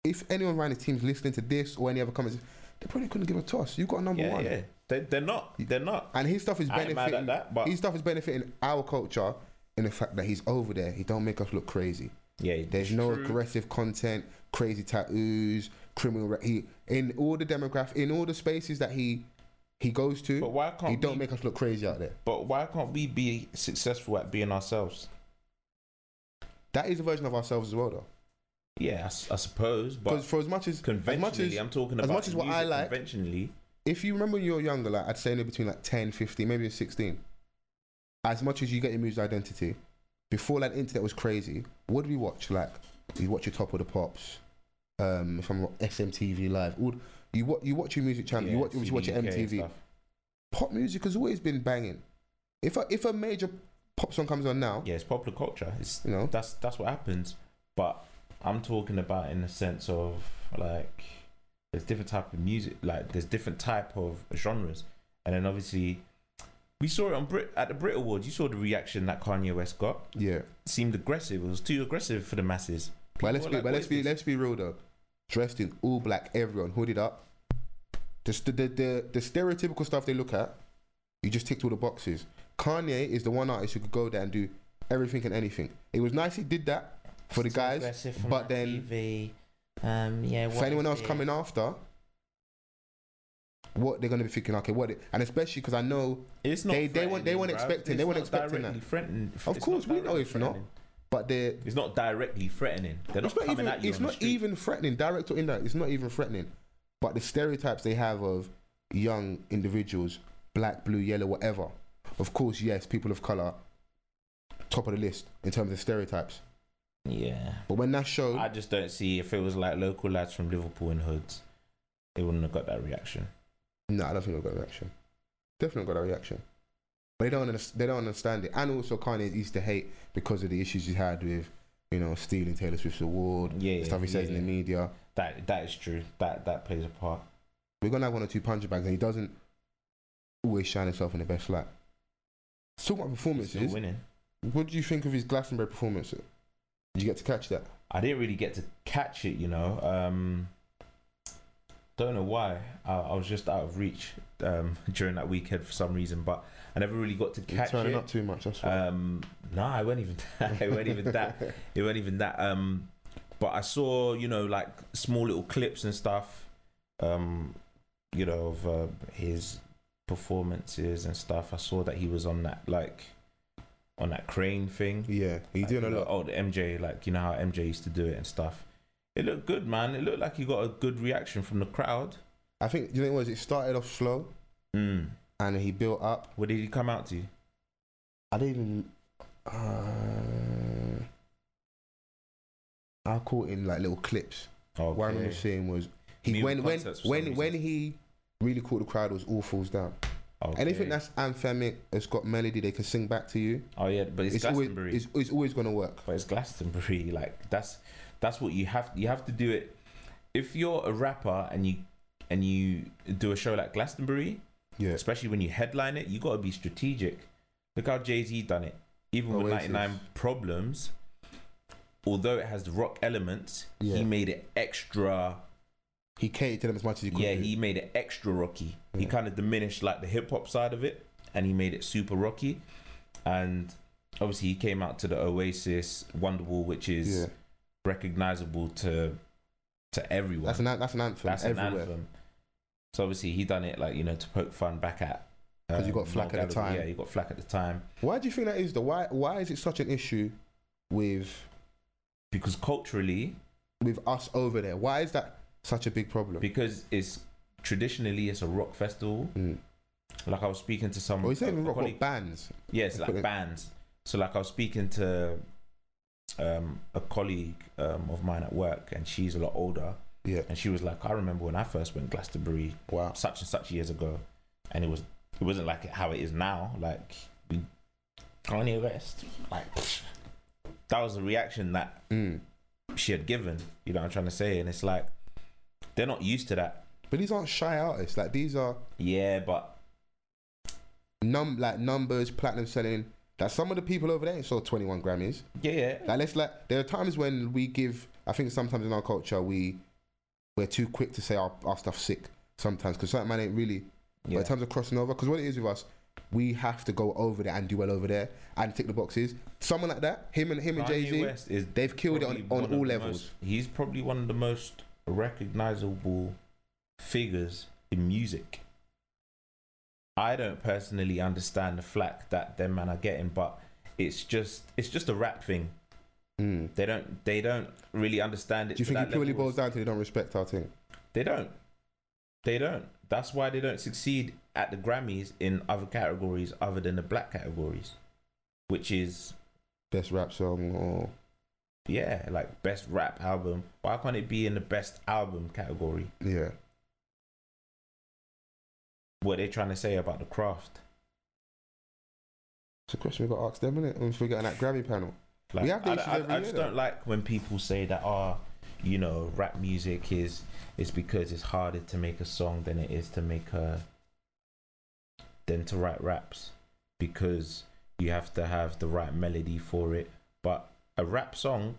Speaker 1: if anyone around the team's listening to this or any other comments, they probably couldn't give a toss. You got a number
Speaker 2: Yeah,
Speaker 1: one,
Speaker 2: yeah. They, they're not. They're not.
Speaker 1: and his stuff is
Speaker 2: I ain't mad at
Speaker 1: benefiting.
Speaker 2: that, but-
Speaker 1: his stuff is benefiting our culture in the fact that he's over there. He don't make us look crazy.
Speaker 2: Yeah,
Speaker 1: There's no
Speaker 2: true.
Speaker 1: aggressive content, crazy tattoos, criminal. Re- he in all the demographic, in all the spaces that he he goes to,
Speaker 2: But why
Speaker 1: he
Speaker 2: can't
Speaker 1: don't
Speaker 2: we-
Speaker 1: make us look crazy out there.
Speaker 2: But why can't we be successful at being ourselves?
Speaker 1: That is a version of ourselves as well, though.
Speaker 2: Yeah, I, s- I suppose.
Speaker 1: Because
Speaker 2: But
Speaker 1: for as much as as much
Speaker 2: conventionally,
Speaker 1: as,
Speaker 2: I'm talking
Speaker 1: as
Speaker 2: about
Speaker 1: much as what I
Speaker 2: music
Speaker 1: like.
Speaker 2: Conventionally,
Speaker 1: If you remember when you were younger, like I'd say in between like 10, 15, maybe 16. As much as you get your music identity, before that internet was crazy, what did we watch? Like you watch your Top of the Pops, um, if I'm wrong, SMTV Live. All you watch you watch your music channel. you
Speaker 2: yeah,
Speaker 1: watch you watch your
Speaker 2: CBUK and
Speaker 1: MTV.
Speaker 2: stuff.
Speaker 1: pop music has always been banging. If a, if a major pop song comes on now,
Speaker 2: Yeah, it's popular culture. It's
Speaker 1: you know,
Speaker 2: that's that's what happens. But I'm talking about in the sense of like there's different type of music, like there's different type of genres, and then obviously we saw it on Brit at the Brit Awards. You saw the reaction that Kanye West got.
Speaker 1: yeah.
Speaker 2: It seemed aggressive. It was too aggressive for the masses.
Speaker 1: But let's be
Speaker 2: People were like,
Speaker 1: but
Speaker 2: "What
Speaker 1: let's
Speaker 2: is
Speaker 1: be
Speaker 2: this?"
Speaker 1: let's be real though. Dressed in all black, everyone hooded up. Just the the, the the stereotypical stuff they look at. You just ticked all the boxes. Kanye is the one artist who could go there and do everything and anything. It was nice he did that for the
Speaker 3: Too
Speaker 1: guys.
Speaker 3: aggressive for
Speaker 1: but
Speaker 3: my
Speaker 1: then-
Speaker 3: TV. Um, yeah,
Speaker 1: For
Speaker 3: what
Speaker 1: anyone
Speaker 3: is
Speaker 1: else
Speaker 3: this?
Speaker 1: coming after, what they're gonna be thinking? Okay, what? It, and especially because I know
Speaker 2: It's not.
Speaker 1: They- they weren't- they weren't
Speaker 2: threatening, bruv.
Speaker 1: expecting- they
Speaker 2: It's
Speaker 1: weren't
Speaker 2: not
Speaker 1: expecting
Speaker 2: directly threatening.
Speaker 1: Of
Speaker 2: It's
Speaker 1: course,
Speaker 2: not
Speaker 1: we know
Speaker 2: directly
Speaker 1: it's not.
Speaker 2: threatening.
Speaker 1: But they're
Speaker 2: It's not directly threatening. They're not
Speaker 1: it's not
Speaker 2: coming
Speaker 1: even.
Speaker 2: at you.
Speaker 1: it's
Speaker 2: on the
Speaker 1: not
Speaker 2: street.
Speaker 1: even threatening, direct or indirect. It's not even threatening. But the stereotypes they have of young individuals, black, blue, yellow, whatever. Of course, yes, people of color, top of the list in terms of stereotypes.
Speaker 3: Yeah.
Speaker 1: But when that show,
Speaker 2: I just don't see if it was like local lads from Liverpool and hoods, they wouldn't have got that reaction.
Speaker 1: no, I don't think I got a reaction. Definitely got a reaction. But they don't. underst- They don't understand it. And also, Kanye used to hate because of the issues he had with, you know, stealing Taylor Swift's award,
Speaker 2: Yeah,
Speaker 1: the stuff he says
Speaker 2: yeah,
Speaker 1: in the media.
Speaker 2: That that is true. That that plays a part.
Speaker 1: we're gonna have one or two punch bags, and he doesn't always shine himself in the best light. So about
Speaker 2: He's still
Speaker 1: performances.
Speaker 2: winning.
Speaker 1: What do you think of his Glastonbury performance? Did you get to catch that?
Speaker 2: I didn't really get to catch it, you know. Um, don't know why. I, I was just out of reach um, during that weekend for some reason, but I never really got to
Speaker 1: You're
Speaker 2: catch
Speaker 1: turning
Speaker 2: it.
Speaker 1: up too much. That's why.
Speaker 2: Um, no, I won't even. I won't even that. it wasn't even that um but i saw you know like small little clips and stuff um you know of uh, his performances and stuff i saw that he was on that like on that crane thing
Speaker 1: yeah, he's
Speaker 2: Like,
Speaker 1: doing a
Speaker 2: you know,
Speaker 1: lot.
Speaker 2: oh the mj like you know how mj used to do it and stuff it looked good man it looked like he got a good reaction from the crowd
Speaker 1: I think you know what it was. It started off slow,
Speaker 2: mm.
Speaker 1: and he built up.
Speaker 2: what did he come out to
Speaker 1: I didn't even. Uh, I caught in like little clips.
Speaker 2: oh
Speaker 1: What I remember seeing was he
Speaker 2: Me with
Speaker 1: when when
Speaker 2: concerts for some
Speaker 1: when
Speaker 2: reason.
Speaker 1: when he really caught the crowd was all falls down. Anything that's anthemic, it's got melody, they can sing back to you.
Speaker 2: oh yeah but it's,
Speaker 1: it's always,
Speaker 2: glastonbury
Speaker 1: it's, it's always going to work.
Speaker 2: but it's Glastonbury. Like that's that's what you have. You have to do it. If you're a rapper and you and you do a show like Glastonbury,
Speaker 1: Yeah.
Speaker 2: especially when you headline it, you got to be strategic. Look how Jay Z done it. Even with
Speaker 1: Oasis.
Speaker 2: 99 Problems, although it has the rock elements,
Speaker 1: Yeah.
Speaker 2: he made it extra.
Speaker 1: He catered to them as much as he could.
Speaker 2: Yeah,
Speaker 1: do.
Speaker 2: he made it extra rocky. He
Speaker 1: Yeah.
Speaker 2: kind of diminished like the hip hop side of it and he made it super rocky. And obviously, he came out to the Oasis Wonderwall, which is
Speaker 1: Yeah.
Speaker 2: recognizable to to everyone.
Speaker 1: That's an an- that's an anthem
Speaker 2: That's an
Speaker 1: everywhere.
Speaker 2: anthem. So obviously he done it like you know to poke fun back at
Speaker 1: 'Cause you got
Speaker 2: um,
Speaker 1: flack
Speaker 2: Noel
Speaker 1: at the
Speaker 2: Gallagher.
Speaker 1: time.
Speaker 2: Yeah, you got flack at the time
Speaker 1: Why do you think that is though? Why why is it such an issue with
Speaker 2: because culturally,
Speaker 1: with us over there? Why is that such a big problem?
Speaker 2: because it's traditionally it's a rock festival.
Speaker 1: Mm.
Speaker 2: Like I was speaking to some.
Speaker 1: Or it's not Oh, even
Speaker 2: a
Speaker 1: rock,
Speaker 2: colleague-
Speaker 1: rock bands.
Speaker 2: Yeah, it's
Speaker 1: I
Speaker 2: like
Speaker 1: couldn't-
Speaker 2: bands. So like I was speaking to um, a colleague um, of mine at work, and she's a lot older,
Speaker 1: Yeah.
Speaker 2: and she was like, "I remember when I first went Glastonbury,
Speaker 1: Wow.
Speaker 2: such and such years ago, and it was it wasn't like how it is now. Like we- Kanye West, like that was a reaction that
Speaker 1: Mm.
Speaker 2: she had given. You know what I'm trying to say? And it's like they're not used to that.
Speaker 1: But these aren't shy artists. Like these are
Speaker 2: Yeah, but
Speaker 1: num like numbers, platinum selling. Like some of the people over there ain't sold 21 Grammys.
Speaker 2: yeah, yeah,
Speaker 1: Like let's like there are times when we give. I think sometimes in our culture we we're too quick to say our, our stuff's sick. Sometimes because certain man ain't really. But
Speaker 2: yeah.
Speaker 1: in terms of crossing over, because what it is with us, we have to go over there and do well over there and tick the boxes. Someone like that, him and him and Jay
Speaker 2: Kanye
Speaker 1: Z,
Speaker 2: West is
Speaker 1: they've killed it on,
Speaker 2: probably one
Speaker 1: on
Speaker 2: of
Speaker 1: all
Speaker 2: the
Speaker 1: levels.
Speaker 2: most- he's probably one of the most recognizable figures in music. I don't personally understand the flack that them man are getting, but it's just it's just a rap thing.
Speaker 1: Mm.
Speaker 2: They don't they don't really understand it.
Speaker 1: Do you
Speaker 2: to
Speaker 1: think
Speaker 2: that
Speaker 1: it purely
Speaker 2: level.
Speaker 1: boils down to they don't respect our thing?
Speaker 2: They don't. They don't. That's why they don't succeed at the Grammys in other categories other than the black categories, which is
Speaker 1: Best rap song or
Speaker 2: yeah, like best rap album. Why can't it be in the best album category?
Speaker 1: yeah,
Speaker 2: What they're trying to say about the craft.
Speaker 1: it's a question we got to ask them, innit? When we get on that Grammy panel,
Speaker 2: Like,
Speaker 1: We have the
Speaker 2: I,
Speaker 1: issues
Speaker 2: I- I
Speaker 1: every
Speaker 2: just
Speaker 1: year,
Speaker 2: don't like when people say that, oh, you know, rap music is is because it's harder to make a song than it is to make a than to write raps because you have to have the right melody for it. But a rap song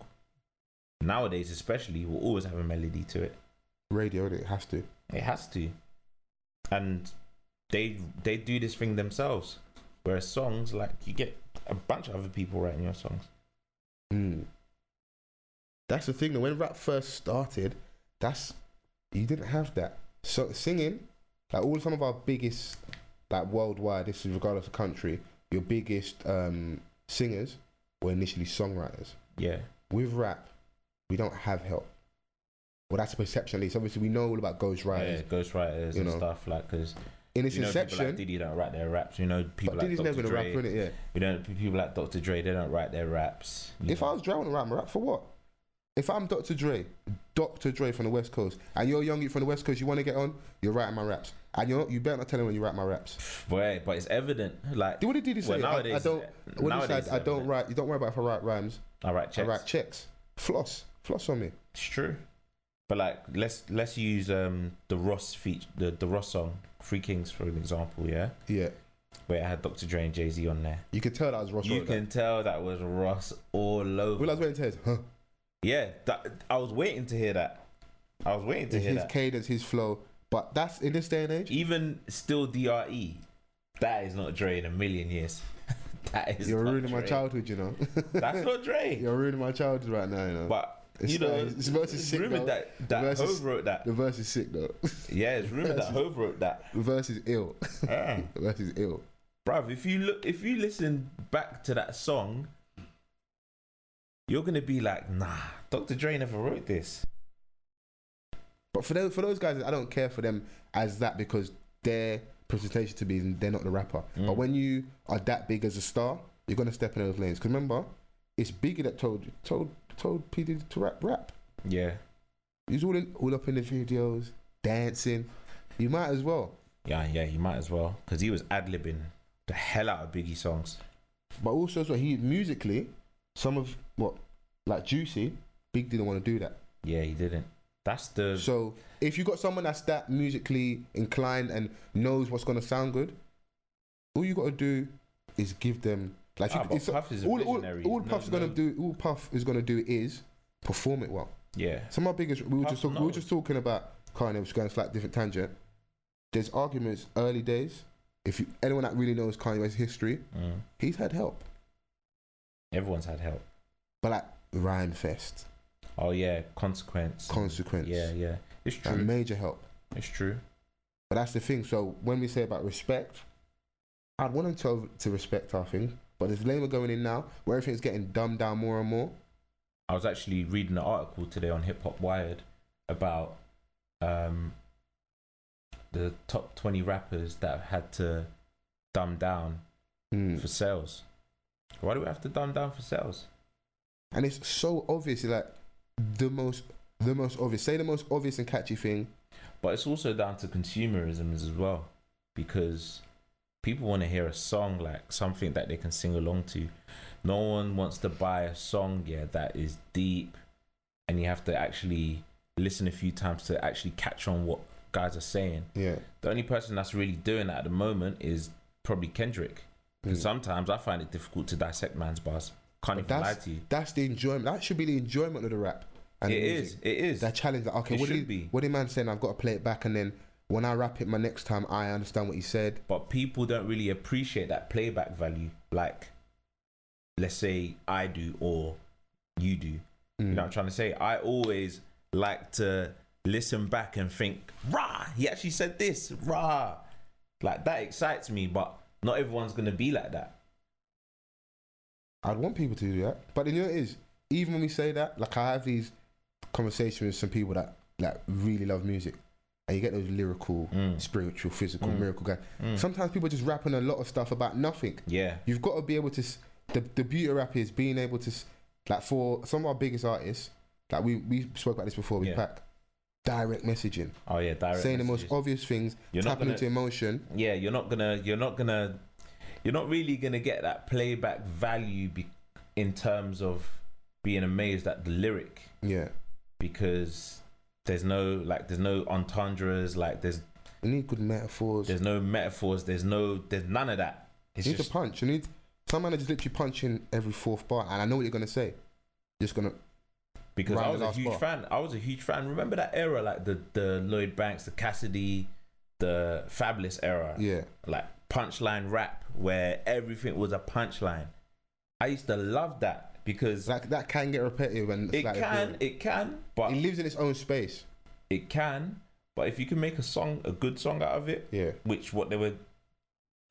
Speaker 2: nowadays, especially, will always have a melody to it.
Speaker 1: radio, innit? it has to.
Speaker 2: It has to, and they they do this thing themselves. Whereas songs, like you get a bunch of other people writing your songs.
Speaker 1: Mm. That's the thing. though, When rap first started, that's you didn't have that. So singing, like all some of our biggest, like worldwide, this is regardless of country, your biggest um, singers were initially songwriters.
Speaker 2: Yeah.
Speaker 1: With rap, we don't have help. Well, that's a perception. At least, obviously, we know all about ghostwriters.
Speaker 2: Yeah, ghostwriters
Speaker 1: You
Speaker 2: and
Speaker 1: know.
Speaker 2: stuff like because
Speaker 1: In its
Speaker 2: you know people like
Speaker 1: inception,
Speaker 2: Diddy don't write their raps. You know people
Speaker 1: but
Speaker 2: like
Speaker 1: Diddy's
Speaker 2: Dr.
Speaker 1: never gonna
Speaker 2: Dre.
Speaker 1: rap in it. Yeah.
Speaker 2: You know pe- people like Dr. Dre. They don't write their raps. you
Speaker 1: If
Speaker 2: know.
Speaker 1: I was Dre, I wouldn't rap my rap for what? If I'm Dr. Dre, Dr. Dre from the West Coast, and you're young youth from the West Coast, you want to get on, you're writing my raps, and you're not, you better not tell anyone you write my raps.
Speaker 2: Boy, but it's evident. Like
Speaker 1: Did- What did Diddy say?
Speaker 2: well,
Speaker 1: I-
Speaker 2: nowadays, uh,
Speaker 1: I, don't. What did he
Speaker 2: nowadays
Speaker 1: say? I don't
Speaker 2: it's evident.
Speaker 1: write. You don't worry about if I write rhymes.
Speaker 2: I write checks.
Speaker 1: I write checks. Floss, floss on me.
Speaker 2: It's true. But like let's let's use um the Ross feat the the Ross song Free Kings for an example. Yeah,
Speaker 1: Yeah,
Speaker 2: where it had Dr. Dre and Jay Z on there.
Speaker 1: you could tell that was Ross.
Speaker 2: you
Speaker 1: wrote that.
Speaker 2: can tell that was Ross all over.
Speaker 1: Will I was waiting to his, huh?
Speaker 2: yeah, that, I was waiting to hear that. I was waiting to hear
Speaker 1: his
Speaker 2: that.
Speaker 1: cadence, his flow. But that's in this day and age.
Speaker 2: even still DRE, that is not Dre in a million years. that is
Speaker 1: You're
Speaker 2: not
Speaker 1: ruining my
Speaker 2: Dre.
Speaker 1: childhood, you know.
Speaker 2: That's not Dre.
Speaker 1: you're ruining my childhood right now, you know.
Speaker 2: But
Speaker 1: It's
Speaker 2: you know,
Speaker 1: not- it's verse is
Speaker 2: it's
Speaker 1: sick,
Speaker 2: rumored
Speaker 1: though.
Speaker 2: that that
Speaker 1: Verse is-
Speaker 2: Hove wrote that.
Speaker 1: the verse is sick though.
Speaker 2: Yeah, it's rumored that Hove wrote that.
Speaker 1: the verse is ill.
Speaker 2: Yeah.
Speaker 1: the verse is ill.
Speaker 2: Bruv, if you look, if you listen back to that song,
Speaker 1: Mm.
Speaker 2: you're gonna be like, nah, Dr. Dre never wrote this.
Speaker 1: But for those, for those guys, I don't care for them as that because their presentation to me is they're not the rapper.
Speaker 2: Mm.
Speaker 1: But when you are that big as a star, you're gonna step in those lanes. Because remember, it's Biggie that told told told P Diddy to rap rap.
Speaker 2: Yeah,
Speaker 1: He's all in, all up in the videos, dancing. You might as well.
Speaker 2: yeah, yeah. You might as well, because he was ad libbing the hell out of Biggie songs.
Speaker 1: But also as well, he musically, some of what like Juicy, Big didn't want to do that.
Speaker 2: Yeah, he didn't. That's the
Speaker 1: So if you got someone that's that musically inclined and knows what's gonna sound good, all you gotta do is give them like
Speaker 2: Ah,
Speaker 1: you,
Speaker 2: but
Speaker 1: it's-
Speaker 2: Puff is a
Speaker 1: all, all,
Speaker 2: visionary.
Speaker 1: all
Speaker 2: No,
Speaker 1: Puff's gonna
Speaker 2: no.
Speaker 1: do. All Puff is gonna do is perform it well.
Speaker 2: yeah.
Speaker 1: So my biggest, we were
Speaker 2: Puff
Speaker 1: just talk, we were
Speaker 2: knows.
Speaker 1: just talking about Kanye, which is going slightly different tangent. There's arguments early days. If you, anyone that really knows Kanye's history,
Speaker 2: Mm.
Speaker 1: he's had help,
Speaker 2: Everyone's had help.
Speaker 1: but like Rhyme Fest,
Speaker 2: Oh yeah, consequence.
Speaker 1: Consequence,
Speaker 2: yeah, yeah. It's true.
Speaker 1: like major help.
Speaker 2: it's true.
Speaker 1: But that's the thing. So when we say about respect, I'd want them to to respect our thing. But as lame we're going in now, where everything's getting dumbed down more and more,
Speaker 2: I was actually reading an article today on Hip Hop Wired about um, the top 20 rappers that have had to dumb down
Speaker 1: mm.
Speaker 2: for sales. Why do we have to dumb down for sales?
Speaker 1: and it's so obvious, like the most the most obvious. Say the most obvious and catchy thing.
Speaker 2: But it's also down to consumerism as well, because people want to hear a song like something that they can sing along to. No one wants to buy a song, yeah, that is deep, and you have to actually listen a few times to actually catch on what guys are saying.
Speaker 1: Yeah.
Speaker 2: The only person that's really doing that at the moment is probably Kendrick. Because
Speaker 1: Mm.
Speaker 2: sometimes I find it difficult to dissect man's bars. Can't
Speaker 1: But
Speaker 2: even lie to you.
Speaker 1: That's the enjoyment. That should be the enjoyment of the rap.
Speaker 2: It
Speaker 1: the music.
Speaker 2: is. It is.
Speaker 1: That challenge. Like, okay,
Speaker 2: It
Speaker 1: what did
Speaker 2: should
Speaker 1: he-
Speaker 2: be.
Speaker 1: what did man saying? I've got to play it back, and then when I rap it, my next time I understand what he said.
Speaker 2: but people don't really appreciate that playback value. Like, let's say I do or you do. You
Speaker 1: Mm.
Speaker 2: know what I'm trying to say? I always like to listen back and think, rah, he actually said this, rah. Like, that excites me, but not everyone's going to be like that.
Speaker 1: I'd want people to do that, but then you know what it is. Even when we say that, like I have these conversations with some people that like really love music, and you get those lyrical,
Speaker 2: Mm.
Speaker 1: spiritual, physical,
Speaker 2: Mm.
Speaker 1: miracle guys.
Speaker 2: Mm.
Speaker 1: Sometimes people are just rapping a lot of stuff about nothing.
Speaker 2: Yeah.
Speaker 1: You've got to be able to. s- The, the beauty of rap is being able to, s- like, for some of our biggest artists, like we we spoke about this before. We
Speaker 2: Yeah.
Speaker 1: pack direct messaging,
Speaker 2: Oh, yeah. Direct
Speaker 1: saying the
Speaker 2: messages.
Speaker 1: most obvious things,
Speaker 2: You're not
Speaker 1: tapping
Speaker 2: gonna-
Speaker 1: into emotion.
Speaker 2: yeah you're not gonna you're not gonna you're not really gonna get that playback value be, in terms of being amazed at the lyric
Speaker 1: Yeah,
Speaker 2: because there's no like there's no entendres like there's
Speaker 1: you need good metaphors.
Speaker 2: there's no metaphors there's no there's none of that it's
Speaker 1: you need
Speaker 2: just
Speaker 1: to punch. You need some managers literally punching every fourth bar, and I know what you're gonna say. Just gonna
Speaker 2: because
Speaker 1: round the
Speaker 2: i was a
Speaker 1: last
Speaker 2: huge
Speaker 1: bar.
Speaker 2: fan i was a huge fan remember that era like the the lloyd banks the cassidy the fabulous era
Speaker 1: yeah.
Speaker 2: like punchline rap where everything was a punchline i used to love that because
Speaker 1: Like that can get repetitive and
Speaker 2: it
Speaker 1: slightly
Speaker 2: can,
Speaker 1: boring.
Speaker 2: it can, but
Speaker 1: It lives in its own space.
Speaker 2: it can. But if you can make a song, a good song out of it,
Speaker 1: Yeah,
Speaker 2: which what they were,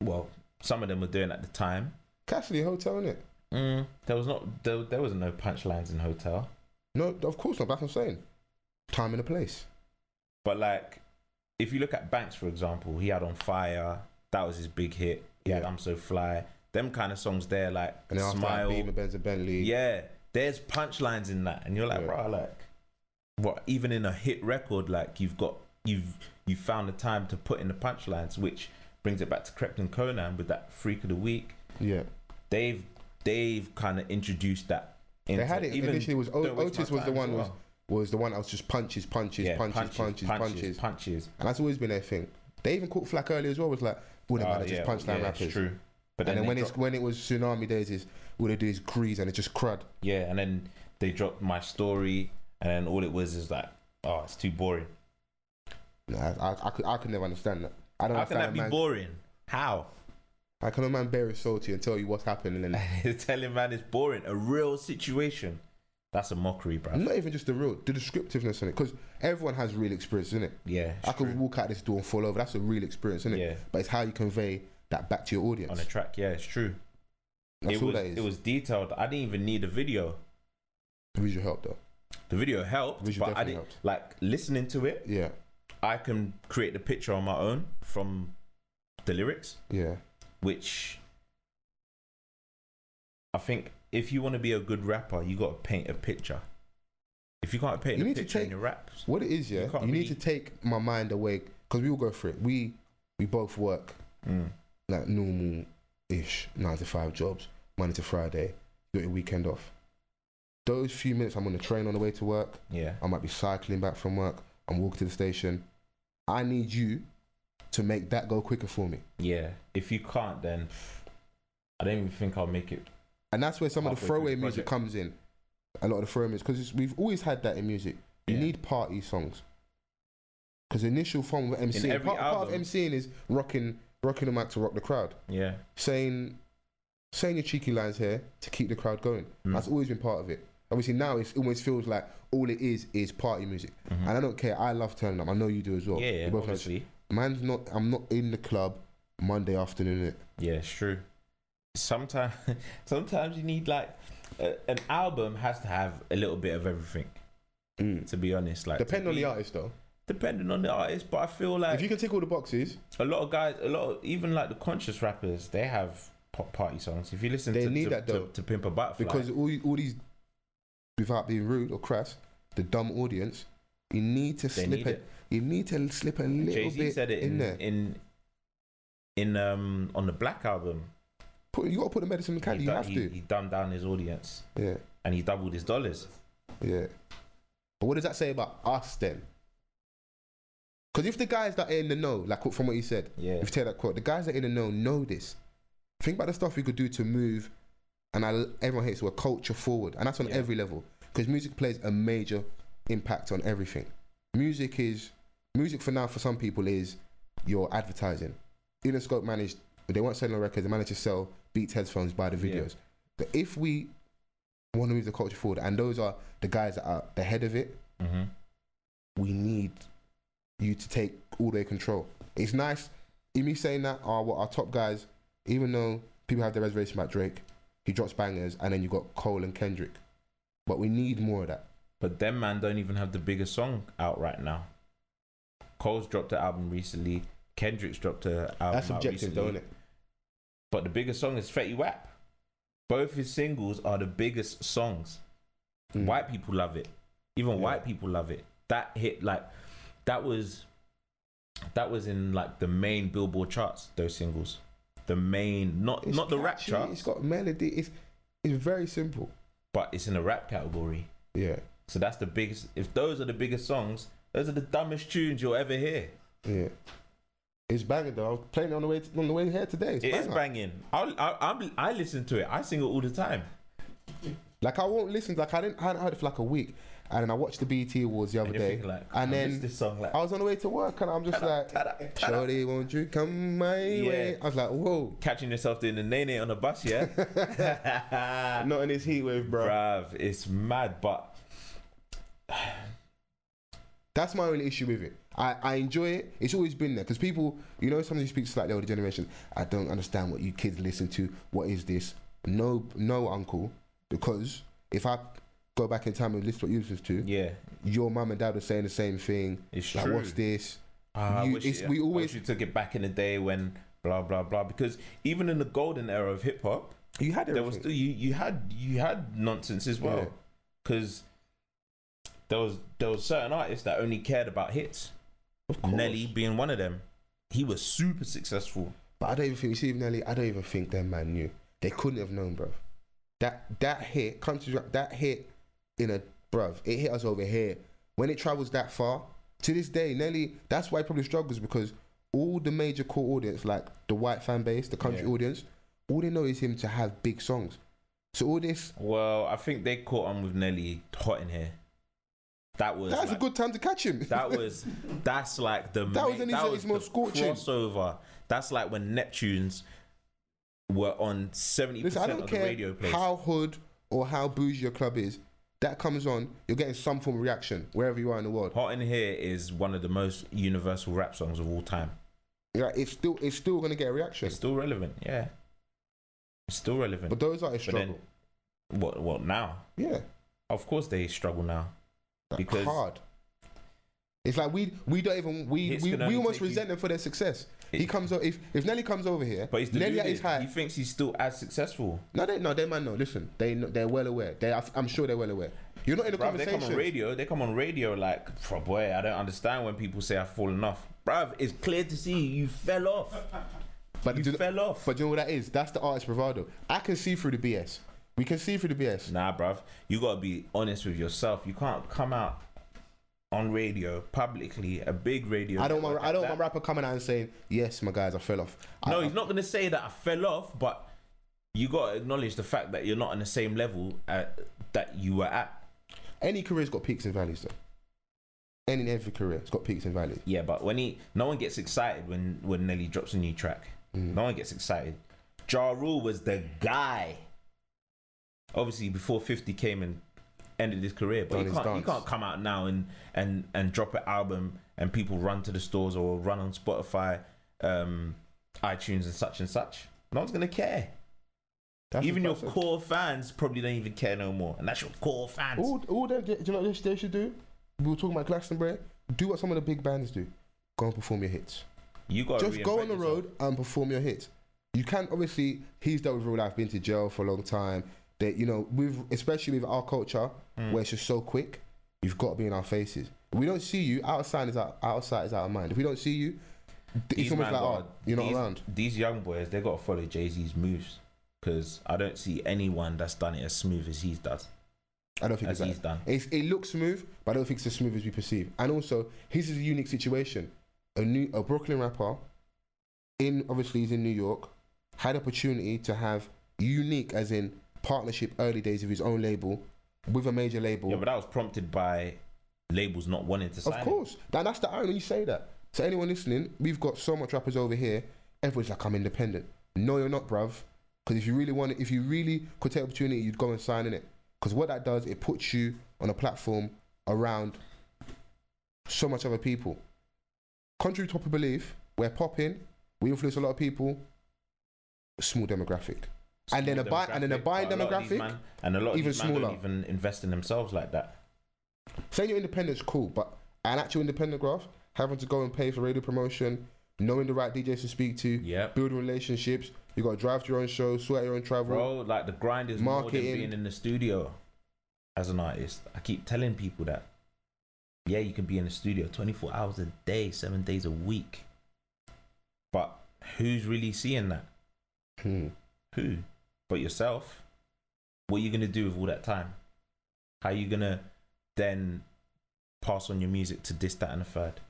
Speaker 2: well, some of them were doing at the time.
Speaker 1: Cassidy Hotel, innit?
Speaker 2: Mm, there was not, there, there was no punchlines in Hotel,
Speaker 1: No, of course not. That's what I'm saying. Time and a place.
Speaker 2: but like, if you look at Banks for example, he had on fire. That was his big hit. He had
Speaker 1: Yeah.
Speaker 2: I'm so fly. Them kind of songs there, like
Speaker 1: And then after that,
Speaker 2: smile.
Speaker 1: Beamer, Benz, and Bentley.
Speaker 2: Yeah, there's punchlines in that, and you're like,
Speaker 1: Yeah.
Speaker 2: bro, like, what? Even in a hit record, like you've got you've you found the time to put in the punchlines, which brings it back to Crepton Conan with that freak of the week.
Speaker 1: yeah.
Speaker 2: They've they've kind of introduced that.
Speaker 1: They
Speaker 2: into-
Speaker 1: had it
Speaker 2: even
Speaker 1: initially. Was O-
Speaker 2: Don't Waste My
Speaker 1: Otis was the
Speaker 2: Time as
Speaker 1: one was,
Speaker 2: well.
Speaker 1: was the one that was just punches, punches,
Speaker 2: Yeah,
Speaker 1: punches, punches, punches,
Speaker 2: punches, punches.
Speaker 1: and that's always been their thing. They even caught flack earlier as well. Was like, all they
Speaker 2: Oh,
Speaker 1: man are just
Speaker 2: yeah,
Speaker 1: punchline
Speaker 2: yeah, it's
Speaker 1: rappers.
Speaker 2: True, but
Speaker 1: and then
Speaker 2: they
Speaker 1: when
Speaker 2: dropped-
Speaker 1: it's when it was tsunami days, is all they do is grease and it's just crud.
Speaker 2: Yeah, and then they dropped my story, and then all it was is like, oh, it's too boring.
Speaker 1: Nah, I, I, I could I could never understand that. I don't
Speaker 2: How can
Speaker 1: understand
Speaker 2: that
Speaker 1: a
Speaker 2: be
Speaker 1: man.
Speaker 2: boring? How?
Speaker 1: I can a man bare his soul to you and tell you what's happening. And
Speaker 2: telling man it's boring. A real situation. That's a mockery, bro.
Speaker 1: not even just the real, the descriptiveness in it, because everyone has real experience in it.
Speaker 2: Yeah, it's
Speaker 1: I could
Speaker 2: true.
Speaker 1: walk out this door and fall over. That's a real experience in it.
Speaker 2: Yeah.
Speaker 1: But it's how you convey that back to your audience.
Speaker 2: on a track. Yeah, it's true.
Speaker 1: That's
Speaker 2: it
Speaker 1: all
Speaker 2: was
Speaker 1: that is.
Speaker 2: it was detailed. I didn't even need a video.
Speaker 1: Visual help though.
Speaker 2: The video helped,
Speaker 1: Visual
Speaker 2: but I
Speaker 1: definitely
Speaker 2: didn't
Speaker 1: helped.
Speaker 2: like listening to it.
Speaker 1: Yeah.
Speaker 2: I can create the picture on my own from the lyrics,
Speaker 1: Yeah.
Speaker 2: which I think if you want to be a good rapper, you got to paint a picture. If you can't paint
Speaker 1: You
Speaker 2: a
Speaker 1: need to
Speaker 2: picture in
Speaker 1: take-
Speaker 2: your raps,
Speaker 1: What it is, yeah,
Speaker 2: You
Speaker 1: you,
Speaker 2: can't
Speaker 1: need to
Speaker 2: really-
Speaker 1: take my mind away because we all go through it. We we both work
Speaker 2: mm,
Speaker 1: like normal ish nine to five jobs, Monday to Friday, you got your weekend off. Those few minutes I'm on the train on the way to work,
Speaker 2: Yeah.
Speaker 1: I might be cycling back from work, I'm walking to the station. I need you to make that go quicker for me.
Speaker 2: Yeah. If you can't, then pff, I don't even think I'll make it.
Speaker 1: And that's where some of
Speaker 2: Halfway
Speaker 1: the
Speaker 2: through
Speaker 1: throwaway
Speaker 2: the
Speaker 1: music
Speaker 2: project.
Speaker 1: comes in. A lot of the throwaway music, because we've always had that in music. You
Speaker 2: Yeah.
Speaker 1: need party songs. Because initial fun with MC,
Speaker 2: every
Speaker 1: part, part of
Speaker 2: album.
Speaker 1: MCing is rocking, rocking the mic to rock the crowd,
Speaker 2: Yeah.
Speaker 1: saying, saying your cheeky lines here to keep the crowd going.
Speaker 2: Mm.
Speaker 1: That's always been part of it. Obviously now it almost feels like all it is is party music,
Speaker 2: Mhm.
Speaker 1: and I don't care. I love turning up. I know you do as well.
Speaker 2: yeah.
Speaker 1: We
Speaker 2: Yeah.
Speaker 1: both know-
Speaker 2: Obviously.
Speaker 1: Man's not. I'm not in the club Monday afternoon. It.
Speaker 2: Yeah. It's true. Sometimes, sometimes you need like a, an album has to have a little bit of everything. Mm. To be honest, like to
Speaker 1: Depending on
Speaker 2: be-
Speaker 1: the artist, though.
Speaker 2: depending on the artist. But I feel like
Speaker 1: if you can tick all the boxes,
Speaker 2: a lot of guys, a lot of even like the conscious rappers, they have pop party songs. If you listen
Speaker 1: They
Speaker 2: to,
Speaker 1: need
Speaker 2: to,
Speaker 1: that
Speaker 2: to-
Speaker 1: though.
Speaker 2: to Pimp a Butterfly,
Speaker 1: because all you- all these, without being rude or crass, the dumb audience, you need to
Speaker 2: They
Speaker 1: slip
Speaker 2: need
Speaker 1: a,
Speaker 2: it.
Speaker 1: You need to slip a little
Speaker 2: Jay Z
Speaker 1: bit
Speaker 2: said it
Speaker 1: in,
Speaker 2: in
Speaker 1: there.
Speaker 2: in in um on the Black album.
Speaker 1: Put, you got to put the medicine in the candy.
Speaker 2: he,
Speaker 1: You
Speaker 2: done-
Speaker 1: have
Speaker 2: he,
Speaker 1: to.
Speaker 2: he dumbed down his audience
Speaker 1: Yeah,
Speaker 2: and he doubled his dollars.
Speaker 1: yeah. But what does that say about us then? Because if the guys that are in the know, like from what he said,
Speaker 2: Yeah,
Speaker 1: If you take that quote, the guys that are in the know know this. Think about the stuff we could do to move, and I, everyone hates we're culture forward, and that's on
Speaker 2: Yeah.
Speaker 1: every level because music plays a major impact on everything. Music is music for now for some people is your advertising. Scope managed, but they weren't selling a record. They managed to sell Beats headphones by the
Speaker 2: Yeah.
Speaker 1: videos. But if we want to move the culture forward, and those are the guys that are the head of it,
Speaker 2: hmm
Speaker 1: we need you to take all their control. It's nice. In me saying that, our what our top guys, even though people have their reservation about Drake, he drops bangers, and then you got Cole and Kendrick. But we need more of that.
Speaker 2: but them man don't even have the biggest song out right now. Cole's dropped an album recently. Kendrick's dropped an album.
Speaker 1: That's
Speaker 2: out
Speaker 1: subjective,
Speaker 2: recently.
Speaker 1: though, isn't it?
Speaker 2: But the biggest song is Fetty Wap. Both his singles are the biggest songs.
Speaker 1: Mm.
Speaker 2: White people love it. Even
Speaker 1: Yeah.
Speaker 2: white people love it. That hit like that was that was in like the main Billboard charts. Those singles, the main not
Speaker 1: Mm. It's
Speaker 2: not the rap
Speaker 1: catchy,
Speaker 2: charts,
Speaker 1: It's got melody. It's it's very simple.
Speaker 2: but it's in the rap category.
Speaker 1: Yeah,
Speaker 2: So that's the biggest. If those are the biggest songs, those are the dumbest tunes you'll ever hear.
Speaker 1: yeah. It's banger though. I was playing it on the way on the way here today. It's
Speaker 2: It's
Speaker 1: banger.
Speaker 2: banging. I, I I'm, I listen to it. I sing it all the time.
Speaker 1: Like I won't listen. Like I didn't. I hadn't heard it for like a week, and then I watched the BT Awards the other
Speaker 2: And you're
Speaker 1: day,
Speaker 2: thinking like,
Speaker 1: and
Speaker 2: I
Speaker 1: then
Speaker 2: miss this song like
Speaker 1: I was on the way to work and I'm just like, Shorty, won't you come my way?
Speaker 2: Yeah.
Speaker 1: I was like, whoa.
Speaker 2: catching yourself doing the nene on the bus, yeah.
Speaker 1: Not in his heat wave, bro.
Speaker 2: Bruv, it's mad, but
Speaker 1: That's my only issue with it. I, I enjoy it. It's always been there because people, you know, sometimes you speak to slightly older generation. I don't understand what you kids listen to. What is this? No, no, uncle. Because if I go back in time and listen to what you listen to,
Speaker 2: yeah,
Speaker 1: your mum and dad were saying the same thing.
Speaker 2: it's
Speaker 1: Like,
Speaker 2: true.
Speaker 1: what's this?
Speaker 2: Ah, I
Speaker 1: You-
Speaker 2: wish
Speaker 1: it's-
Speaker 2: it-
Speaker 1: we
Speaker 2: I wish
Speaker 1: always-
Speaker 2: you took it back in the day when blah blah blah. Because even in the golden era of hip hop,
Speaker 1: You had
Speaker 2: there was
Speaker 1: everything.
Speaker 2: still you you had you had nonsense as well.
Speaker 1: Yeah.
Speaker 2: Because there was there was certain artists that only cared about hits.
Speaker 1: Of course.
Speaker 2: Nelly being one of them. He was super successful.
Speaker 1: But I don't even think you see Nelly. I don't even think that man knew. They couldn't have known, bruv. That that hit, country rap, that hit in a bruv. It hit us over here. When it travels that far, to this day, Nelly. That's why he probably struggles because all the major core audience, like the white fan base, the country
Speaker 2: Yeah.
Speaker 1: audience, all they know is him to have big songs. So all this,
Speaker 2: Well, I think they caught on with Nelly hot in here. That was
Speaker 1: that's
Speaker 2: like-
Speaker 1: a good time to catch him.
Speaker 2: That was that's like the
Speaker 1: That was
Speaker 2: ma-
Speaker 1: in his- his most scorching.
Speaker 2: crossover. That's like when Neptunes were on seventy
Speaker 1: Listen, I
Speaker 2: percent
Speaker 1: don't
Speaker 2: of the
Speaker 1: care
Speaker 2: radio plays.
Speaker 1: how hood or how bougie your club is. That comes on, you're getting some form of reaction wherever you are in the world.
Speaker 2: Hot in Here is one of the most universal rap songs of all time.
Speaker 1: Yeah, it's still it's still gonna get a reaction.
Speaker 2: It's still relevant, yeah. It's still relevant.
Speaker 1: But those are a struggle.
Speaker 2: what what now?
Speaker 1: yeah,
Speaker 2: Of course they struggle now.
Speaker 1: like,
Speaker 2: because-
Speaker 1: hard. It's like we we don't even we
Speaker 2: Hits
Speaker 1: we,
Speaker 2: can
Speaker 1: we
Speaker 2: only
Speaker 1: almost
Speaker 2: take you-
Speaker 1: resent them for their success.
Speaker 2: It-
Speaker 1: he comes over if if Nelly comes over here,
Speaker 2: But he's
Speaker 1: Nelly at his
Speaker 2: deluded.
Speaker 1: height.
Speaker 2: He thinks he's still as successful.
Speaker 1: no, they no, they might know. Listen, they kn- they're well aware. They are, I'm sure they're well aware. You're not in the
Speaker 2: Bruv, they come on
Speaker 1: conversation.
Speaker 2: radio. They come on radio like, "Bruh, boy, I don't understand when people say I've fallen off. Bruv, it's clear to see you fell off.
Speaker 1: But
Speaker 2: You
Speaker 1: do,
Speaker 2: fell off.
Speaker 1: but do you know what that is? That's the artist bravado. I can see through the BS. We can see through the BS.
Speaker 2: Nah, bruv. You gotta be honest with yourself. You can't come out on radio publicly, a big radio.
Speaker 1: I don't want
Speaker 2: network
Speaker 1: I don't
Speaker 2: like
Speaker 1: want rapper coming out and saying, "Yes, my guys, I fell off."
Speaker 2: that. No,
Speaker 1: I,
Speaker 2: he's not gonna say that I fell off, but you gotta acknowledge the fact that you're not on the same level at, that you were at.
Speaker 1: any career's got peaks and valleys, though. Any and every career, it's got peaks and valleys.
Speaker 2: Yeah, but when he, no one gets excited when when Nelly drops a new track.
Speaker 1: Mm.
Speaker 2: No one gets excited. Ja Rule was the guy. Obviously, before 50 came and ended his career, but
Speaker 1: Done
Speaker 2: you
Speaker 1: his
Speaker 2: can't, you
Speaker 1: dance.
Speaker 2: can't come out now and, and, and drop an album and people run to the stores or run on Spotify, um, iTunes, and such and such. No one's going to care.
Speaker 1: That's
Speaker 2: even your
Speaker 1: what I said.
Speaker 2: core fans probably don't even care no more. And that's your core fans.
Speaker 1: All, all they, do you know what they should do? We were talking about Glastonbury. Do what some of the big bands do. Go and perform your hits.
Speaker 2: you got
Speaker 1: Just go on the road and perform your hits. You can obviously he's dealt with real life, been to jail for a long time. That you know, with especially with our culture
Speaker 2: Mm.
Speaker 1: where it's just so quick, you've got to be in our faces. If we don't see you, outside is out outside is out of mind. If we don't see you, th- it's almost like oh, you're not
Speaker 2: these,
Speaker 1: around.
Speaker 2: These young boys, they got to follow Jay Z's moves because I don't see anyone that's done it as smooth as he's does.
Speaker 1: I don't think
Speaker 2: As
Speaker 1: it's
Speaker 2: he's
Speaker 1: like
Speaker 2: done.
Speaker 1: it's, it looks smooth, but I don't think it's as smooth as we perceive. And also, his is a unique situation. A new a Brooklyn rapper, in obviously he's in New York, had opportunity to have unique as in partnership early days of his own label with a major label.
Speaker 2: Yeah, but that was prompted by labels not wanting to sign.
Speaker 1: of
Speaker 2: him.
Speaker 1: course, that, that's the irony. when You say that to anyone listening. We've got so much rappers over here. Everyone's like, I'm independent. No, you're not, bruv. Because if you really want it, if you really could take opportunity, you'd go and sign in it. Because what that does, it puts you on a platform around so much other people. Contrary to popular belief, we're popping. We influence a lot of people. Small demographic. And then a buy- and then a buying
Speaker 2: but lot of these
Speaker 1: demographic,
Speaker 2: man- and a lot
Speaker 1: even
Speaker 2: of even these smaller.
Speaker 1: smaller.
Speaker 2: Don't even invest in themselves like that.
Speaker 1: Saying you're independent's cool, but an actual independent graph, having to go and pay for radio promotion, knowing the right DJs to speak to,
Speaker 2: Yep.
Speaker 1: building relationships, you got to drive to your own show, sweat your own travel.
Speaker 2: Bro, like the grind is more than
Speaker 1: Marketing.
Speaker 2: being in the studio as an artist. I keep telling people that. Yeah, you can be in the studio 24 hours a day, seven days a week. But who's really seeing that?
Speaker 1: Hmm.
Speaker 2: Who? But yourself. What are you going to do with all that time? How are you going to then pass on your music to this, that, and the third?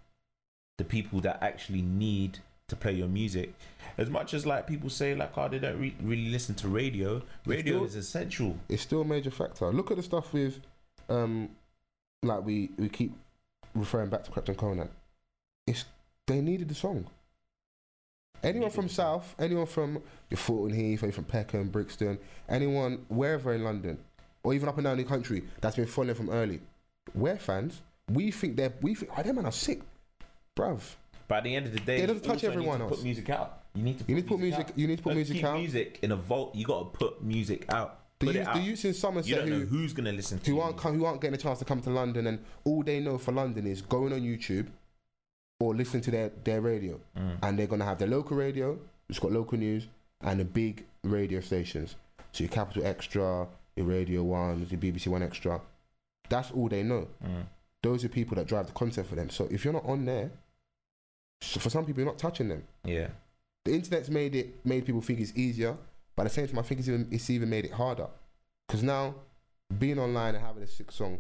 Speaker 2: The people that actually need to play your music. As much as like people say, like, oh, they don't re- really listen to radio, radio
Speaker 1: still-
Speaker 2: is essential.
Speaker 1: It's still a major factor. Look at the stuff with, um, like we, we keep referring back to Captain Conan. It's they needed the song. Anyone
Speaker 2: Needed
Speaker 1: from
Speaker 2: the song.
Speaker 1: South, anyone from your Fulton Heath, anyone from Peckham, Brixton, anyone wherever in London, or even up and down the country that's been following from early, we're fans. We think they're we think oh, them man are sick, bruv.
Speaker 2: But at the end of the day,
Speaker 1: It doesn't
Speaker 2: you
Speaker 1: touch
Speaker 2: also need
Speaker 1: everyone
Speaker 2: to
Speaker 1: else.
Speaker 2: Put music out. You need to.
Speaker 1: You need to put music.
Speaker 2: out.
Speaker 1: You need to put
Speaker 2: Don't
Speaker 1: music
Speaker 2: keep
Speaker 1: out.
Speaker 2: music in a vault. You got to put music out.
Speaker 1: The
Speaker 2: put
Speaker 1: youth,
Speaker 2: it out.
Speaker 1: the youths in
Speaker 2: you
Speaker 1: Somerset
Speaker 2: don't know
Speaker 1: who,
Speaker 2: who's gonna listen to
Speaker 1: who
Speaker 2: you.
Speaker 1: aren't come, who aren't getting a chance to come to London and all they know for London is going on YouTube or listening to their, their radio.
Speaker 2: Mm,
Speaker 1: And they're gonna have their local radio, it's got local news, and the big radio stations. So your Capital Extra, your Radio One, your BBC One Extra. That's all they know.
Speaker 2: Mm.
Speaker 1: Those are people that drive the content for them. So if you're not on there, so for some people you're not touching them.
Speaker 2: Yeah,
Speaker 1: The internet's made it made people think it's easier, but at the same time I think it's even it's even made it harder. Cause now being online and having a sick song,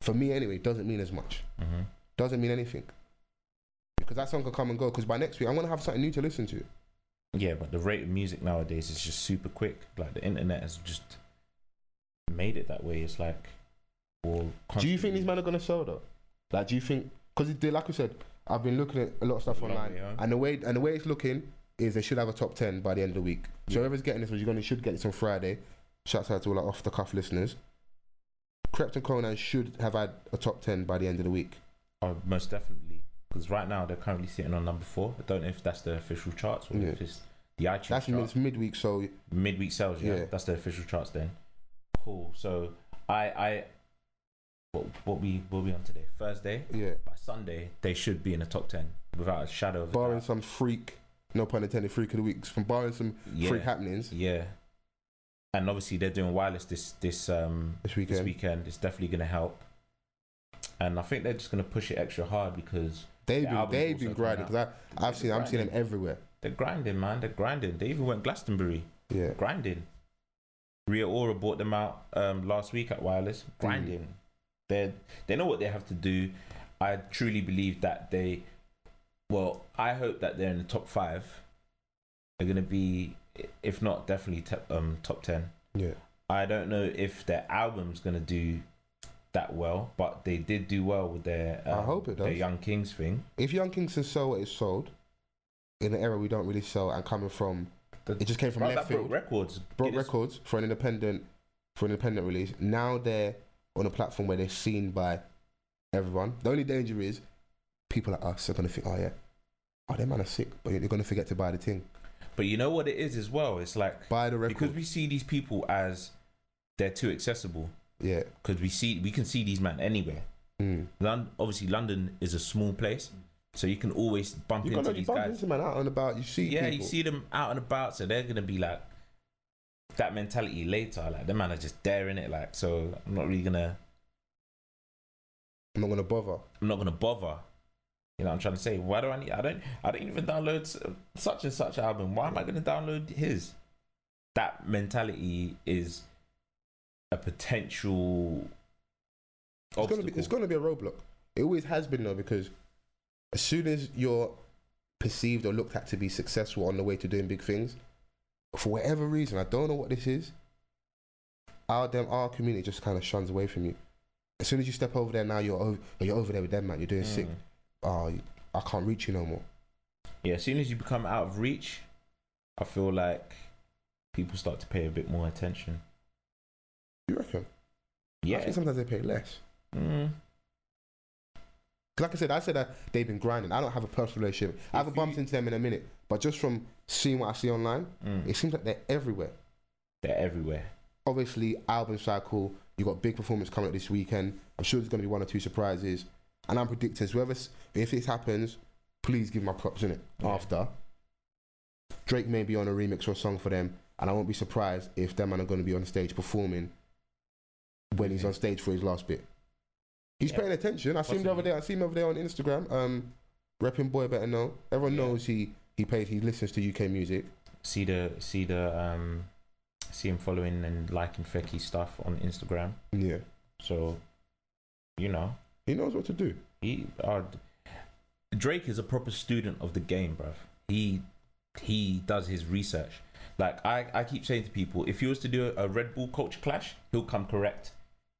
Speaker 1: for me anyway, doesn't mean as much.
Speaker 2: mm-hmm.
Speaker 1: Doesn't mean anything. Because that song can come and go. Because by next week I'm gonna have something new to listen to.
Speaker 2: yeah. But the rate of music nowadays is just super quick. Like the internet has just made it that way. It's like, or
Speaker 1: Do you think these men are gonna sell though? Like, do you think? Because like we said, I've been looking at a lot of stuff
Speaker 2: Long
Speaker 1: online,
Speaker 2: way, huh?
Speaker 1: and the way and the way it's looking is they should have a top ten by the end of the week. So
Speaker 2: Yeah.
Speaker 1: whoever's getting this, you're gonna should get this on Friday. Shouts out to all our off the cuff listeners. Crept and Conan should have had a top ten by the end of the week.
Speaker 2: Oh, most definitely. Because right now they're currently sitting on number four. I don't know if that's the official charts or
Speaker 1: Yeah.
Speaker 2: if it's the iTunes.
Speaker 1: That's
Speaker 2: chart.
Speaker 1: it's midweek, so
Speaker 2: midweek sales. Yeah,
Speaker 1: Yeah.
Speaker 2: that's the official charts. Then, cool. So I, I, what, what we, what we on today? Thursday.
Speaker 1: yeah.
Speaker 2: By Sunday, they should be in the top ten without a shadow of a
Speaker 1: Barring
Speaker 2: doubt.
Speaker 1: some freak, no pun intended, freak of the weeks from barring some
Speaker 2: Yeah,
Speaker 1: freak happenings
Speaker 2: yeah. And obviously, they're doing wireless this this um
Speaker 1: this
Speaker 2: this
Speaker 1: weekend.
Speaker 2: weekend. It's definitely gonna help. And I think they're just gonna push it extra hard because
Speaker 1: They've
Speaker 2: The
Speaker 1: been
Speaker 2: album's
Speaker 1: they've
Speaker 2: also
Speaker 1: been
Speaker 2: coming
Speaker 1: grinding.
Speaker 2: out.
Speaker 1: Cause I, I've seen I'm seeing them everywhere.
Speaker 2: they're grinding, man. They're grinding. They even went Glastonbury
Speaker 1: Yeah.
Speaker 2: grinding. Ria Ora bought them out um, last week at Wireless,
Speaker 1: Mm.
Speaker 2: grinding. They they know what they have to do. I truly believe that they, well, I hope that they're in the top five. They're gonna be, i- if not definitely top um, top ten.
Speaker 1: Yeah.
Speaker 2: I don't know if their album's gonna do that well, but they did do well with their um,
Speaker 1: I hope it
Speaker 2: their
Speaker 1: does.
Speaker 2: Young Kings thing.
Speaker 1: If Young Kings can sell what it sold, in an era we don't really sell and coming from,
Speaker 2: The-
Speaker 1: it just came from
Speaker 2: Bro,
Speaker 1: left
Speaker 2: that broke
Speaker 1: field.
Speaker 2: records.
Speaker 1: Broke
Speaker 2: Guinness-
Speaker 1: records for an independent for an independent release. Now they're on a platform where they're seen by everyone. The only danger is people like us are gonna think, oh yeah, oh they man are sick, but they're gonna forget to buy the thing,
Speaker 2: But you know what it is as well. It's like
Speaker 1: buy the
Speaker 2: because
Speaker 1: record.
Speaker 2: we see these people as they're too accessible
Speaker 1: yeah.
Speaker 2: because we see we can see these men anywhere.
Speaker 1: Mm.
Speaker 2: Lon- obviously, London is a small place, so you can always bump
Speaker 1: You
Speaker 2: into
Speaker 1: gotta know you
Speaker 2: these
Speaker 1: bump
Speaker 2: guys.
Speaker 1: into man out and about. You see
Speaker 2: yeah, you
Speaker 1: people.
Speaker 2: see them out and about, so they're gonna be like that mentality later. Like the man are just daring it. Like so, I'm not really gonna.
Speaker 1: I'm not gonna bother.
Speaker 2: I'm not gonna bother. You know, what I'm trying to say, why do I need? I don't. I don't even download s- such and such album. Why am I gonna download his? That mentality is a potential
Speaker 1: It's gonna,
Speaker 2: obstacle.
Speaker 1: be, it's gonna be a roadblock. It always has been though, because as soon as you're perceived or looked at to be successful on the way to doing big things, for whatever reason, I don't know what this is. Our them our community just kind of shuns away from you. As soon as you step over there, now you're over, you're over there with them, man. You're doing sick.
Speaker 2: Mm.
Speaker 1: Oh, I can't reach you no more.
Speaker 2: Yeah, as soon as you become out of reach, I feel like people start to pay a bit more attention.
Speaker 1: You reckon? I
Speaker 2: Yeah.
Speaker 1: think sometimes they pay less.
Speaker 2: Mm.
Speaker 1: 'Cause Like I said, I said that they've been grinding. I don't have a personal relationship. I haven't
Speaker 2: If
Speaker 1: bumped
Speaker 2: you-
Speaker 1: into them in a minute, but just from seeing what I see online,
Speaker 2: Mm.
Speaker 1: it seems like they're everywhere.
Speaker 2: They're everywhere.
Speaker 1: obviously album cycle. You got big performance coming up this weekend. I'm sure there's going to be one or two surprises, and I'm predicting whoever s- if this happens, please give my props in it.
Speaker 2: Yeah.
Speaker 1: After Drake may be on a remix or a song for them, and I won't be surprised if them man are going to be on stage performing when he's on stage for his last bit. He's
Speaker 2: Yeah.
Speaker 1: paying attention. I see him the other day. I see him over there on Instagram. Um, repping boy better know. Everyone
Speaker 2: Yeah.
Speaker 1: knows he he pays. He listens to UK music.
Speaker 2: See the see the um see him following and liking Fecky stuff on Instagram.
Speaker 1: Yeah,
Speaker 2: So you know,
Speaker 1: he knows what to do.
Speaker 2: he uh, Drake is a proper student of the game, bruv. He he does his research. Like I, I keep saying to people, if he was to do a Red Bull culture clash, he'll come correct.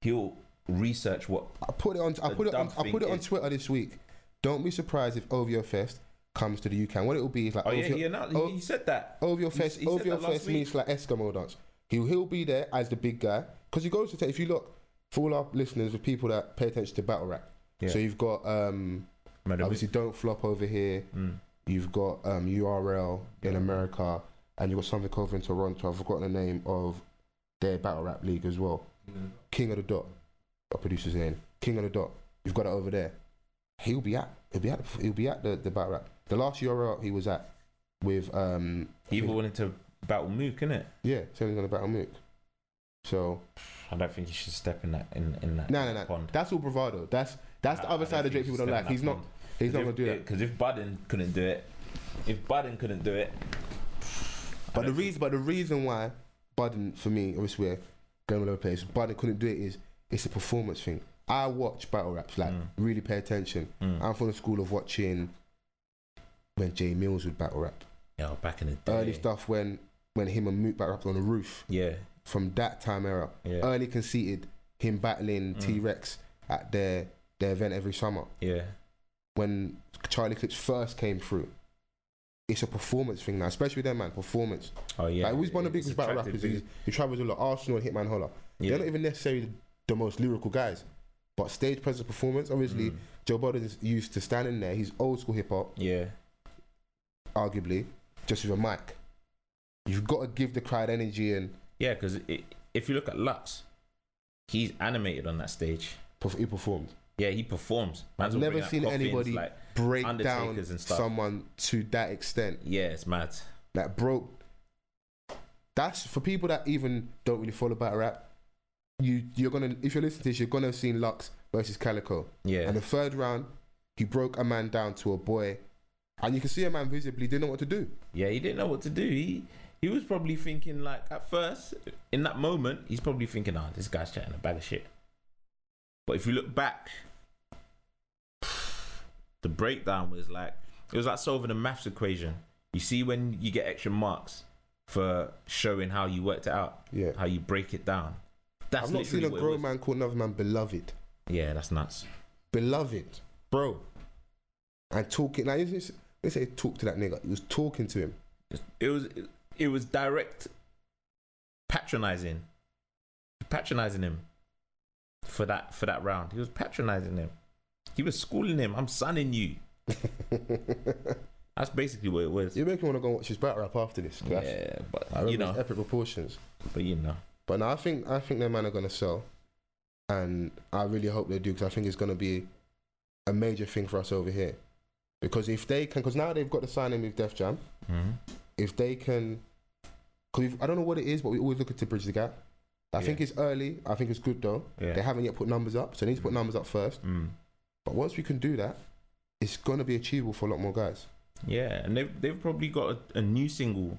Speaker 2: He'll research what oh,
Speaker 1: I put it on. I
Speaker 2: The
Speaker 1: put it on.
Speaker 2: dumb
Speaker 1: I put it
Speaker 2: thing
Speaker 1: on
Speaker 2: is-
Speaker 1: Twitter this week. Don't be surprised if OVO Fest comes to the UK. And what it will be is like
Speaker 2: Oh
Speaker 1: OVO,
Speaker 2: yeah, yeah, no,
Speaker 1: oh-
Speaker 2: he said that.
Speaker 1: OVO
Speaker 2: he
Speaker 1: Fest.
Speaker 2: said
Speaker 1: OVO
Speaker 2: that last
Speaker 1: Fest
Speaker 2: week.
Speaker 1: means like Eskimo dance. He he'll be there as the big guy because he goes to. Take, if you look for all our listeners, with people that pay attention to battle rap.
Speaker 2: Yeah.
Speaker 1: So you've got um,
Speaker 2: Madam-
Speaker 1: obviously don't flop over here.
Speaker 2: Mm.
Speaker 1: You've got um, URL in
Speaker 2: Yeah.
Speaker 1: America, and you've got something over in Toronto. I've forgotten the name of their battle rap league as well. King of the Dot. Our producer's name. King of the Dot. You've got it over there. He'll be at. He'll be at. He'll be at the the battle rap. The last URL he was at with um
Speaker 2: he even wanted to battle Mook, innit?
Speaker 1: yeah, so he's gonna battle Mook. So
Speaker 2: I don't think you should step in that in, in that
Speaker 1: no no no.
Speaker 2: pond.
Speaker 1: That's all bravado. That's that's the
Speaker 2: I-
Speaker 1: other
Speaker 2: I
Speaker 1: side
Speaker 2: don't
Speaker 1: of Drake
Speaker 2: think you
Speaker 1: people don't
Speaker 2: should step in
Speaker 1: like.
Speaker 2: that
Speaker 1: He's not.
Speaker 2: pond.
Speaker 1: He's not gonna do that.
Speaker 2: Because if Budden couldn't do it, if Budden couldn't do it, I
Speaker 1: But the
Speaker 2: don't think-
Speaker 1: reason, but the reason why Budden for me, obviously we're going all over the place. Budden couldn't do it is it's a performance thing. I watch battle raps, like um,
Speaker 2: Mm.
Speaker 1: really pay attention.
Speaker 2: Mm.
Speaker 1: I'm from the school of watching when Jay Mills would battle rap,
Speaker 2: yeah, back in the day,
Speaker 1: early stuff when when him and Moot battle rapped on the roof.
Speaker 2: yeah,
Speaker 1: From that time era,
Speaker 2: yeah,
Speaker 1: early conceited him battling
Speaker 2: Mm.
Speaker 1: T Rex at their their event every summer
Speaker 2: yeah,
Speaker 1: when Charlie Clips first came through. It's a performance thing now, especially with them man, performance.
Speaker 2: oh yeah.
Speaker 1: like, who's one of the
Speaker 2: It's
Speaker 1: biggest battle
Speaker 2: attractive
Speaker 1: rappers
Speaker 2: because-
Speaker 1: who, who travels a lot? Arsenal and Hitman Holler.
Speaker 2: yeah.
Speaker 1: They're not even necessarily the most lyrical guys, but stage presence, performance. Obviously,
Speaker 2: Mm.
Speaker 1: Joe Budden's used to standing there. He's old school hip hop,
Speaker 2: yeah,
Speaker 1: arguably, just with a mic. You've got to give the crowd energy and
Speaker 2: yeah. Because if you look at Lux, he's animated on that stage.
Speaker 1: perf- he performed.
Speaker 2: Yeah, he performs.
Speaker 1: I've
Speaker 2: Man's will bring
Speaker 1: never
Speaker 2: out
Speaker 1: seen
Speaker 2: coffins,
Speaker 1: anybody
Speaker 2: like,
Speaker 1: break down
Speaker 2: Undertakers and stuff.
Speaker 1: someone to that extent.
Speaker 2: yeah, it's mad.
Speaker 1: Like broke. That's for people that even don't really follow battle rap. You you're gonna if you're listening to this, you're gonna have seen Lux versus Calico.
Speaker 2: Yeah,
Speaker 1: And the third round, he broke a man down to a boy. And you can see a man visibly didn't know what to do.
Speaker 2: yeah. He didn't know what to do. He He was probably thinking like at first, in that moment, he's probably thinking, "Ah, this guy's chatting a bag of shit." But if you look back, the breakdown was like it was like solving a maths equation. You see when you get extra marks for showing how you worked it out,
Speaker 1: Yeah.
Speaker 2: how you break it down. That's
Speaker 1: I've not seen
Speaker 2: literally
Speaker 1: a
Speaker 2: what it
Speaker 1: grown
Speaker 2: was.
Speaker 1: man call another man beloved.
Speaker 2: Yeah, that's nuts,
Speaker 1: Beloved.
Speaker 2: bro.
Speaker 1: And talking. Now, you just- they say talk to that nigga. He was talking to him.
Speaker 2: It was it was direct patronizing, patronizing him for that for that round. He was patronizing him. He was schooling him. I'm signing you. That's basically what it was.
Speaker 1: you make me want to go and watch his battle rap after this. 'cause that's-
Speaker 2: Yeah,
Speaker 1: I
Speaker 2: but
Speaker 1: remember
Speaker 2: you
Speaker 1: his
Speaker 2: know,
Speaker 1: epic proportions.
Speaker 2: but you know,
Speaker 1: But now I think I think their man are gonna sell, and I really hope they do because I think it's gonna be a major thing for us over here. Because if they can, because now they've got the signing with Def Jam,
Speaker 2: Mhm.
Speaker 1: if they can, because I don't know what it is, but we always looking to bridge the gap. I think
Speaker 2: Yeah.
Speaker 1: it's early. I think it's good though.
Speaker 2: yeah.
Speaker 1: They haven't yet put numbers up, so they need to put
Speaker 2: Mm.
Speaker 1: numbers up first.
Speaker 2: Mm.
Speaker 1: But once we can do that, it's gonna be achievable for a lot more guys.
Speaker 2: Yeah, and they've they've probably got a, a new single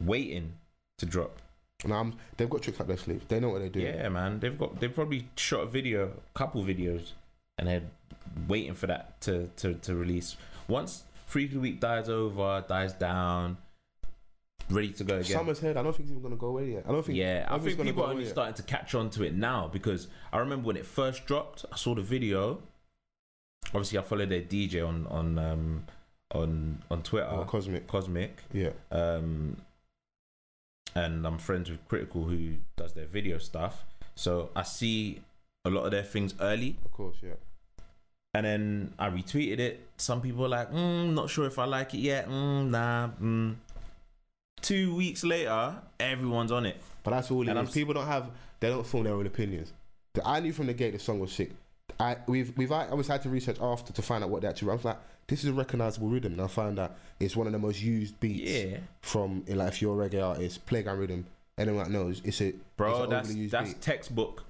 Speaker 2: waiting to drop.
Speaker 1: And I'm, they've got tricks up their sleeve. They know what they're doing.
Speaker 2: Yeah, man, they've got they've probably shot a video, couple videos, and they're waiting for that to to to release. Once Freaky Week dies over, dies down, ready to go again.
Speaker 1: Summer's head. I don't think it's even gonna go away yet. I don't think.
Speaker 2: yeah, I
Speaker 1: nothing's
Speaker 2: think
Speaker 1: gonna
Speaker 2: people
Speaker 1: go
Speaker 2: are only
Speaker 1: away yet.
Speaker 2: starting to catch on to it now because I remember when it first dropped, I saw the video. Obviously, I followed their DJ on on um on on Twitter,
Speaker 1: Oh, cosmic.
Speaker 2: Cosmic.
Speaker 1: Yeah.
Speaker 2: um, and I'm friends with Critical who does their video stuff. So I see a lot of their things early,
Speaker 1: Of course, yeah.
Speaker 2: and then I retweeted it. Some people were like, mm, not sure if I like it yet. Mm, nah. Mm. Two weeks later, everyone's on it.
Speaker 1: But that's all.
Speaker 2: And
Speaker 1: And
Speaker 2: I'm s-
Speaker 1: people don't have they don't form their own opinions. The- I knew from the gate the song was sick. I we've we've I always had to research after to find out what they actually. I was like, this is a recognizable rhythm, and I found out it's one of the most used beats
Speaker 2: Yeah,
Speaker 1: from like if you're a reggae artist, playground rhythm. Anyone that knows, it's a It's
Speaker 2: bro,
Speaker 1: an
Speaker 2: that's
Speaker 1: overly used
Speaker 2: that's
Speaker 1: beat.
Speaker 2: textbook.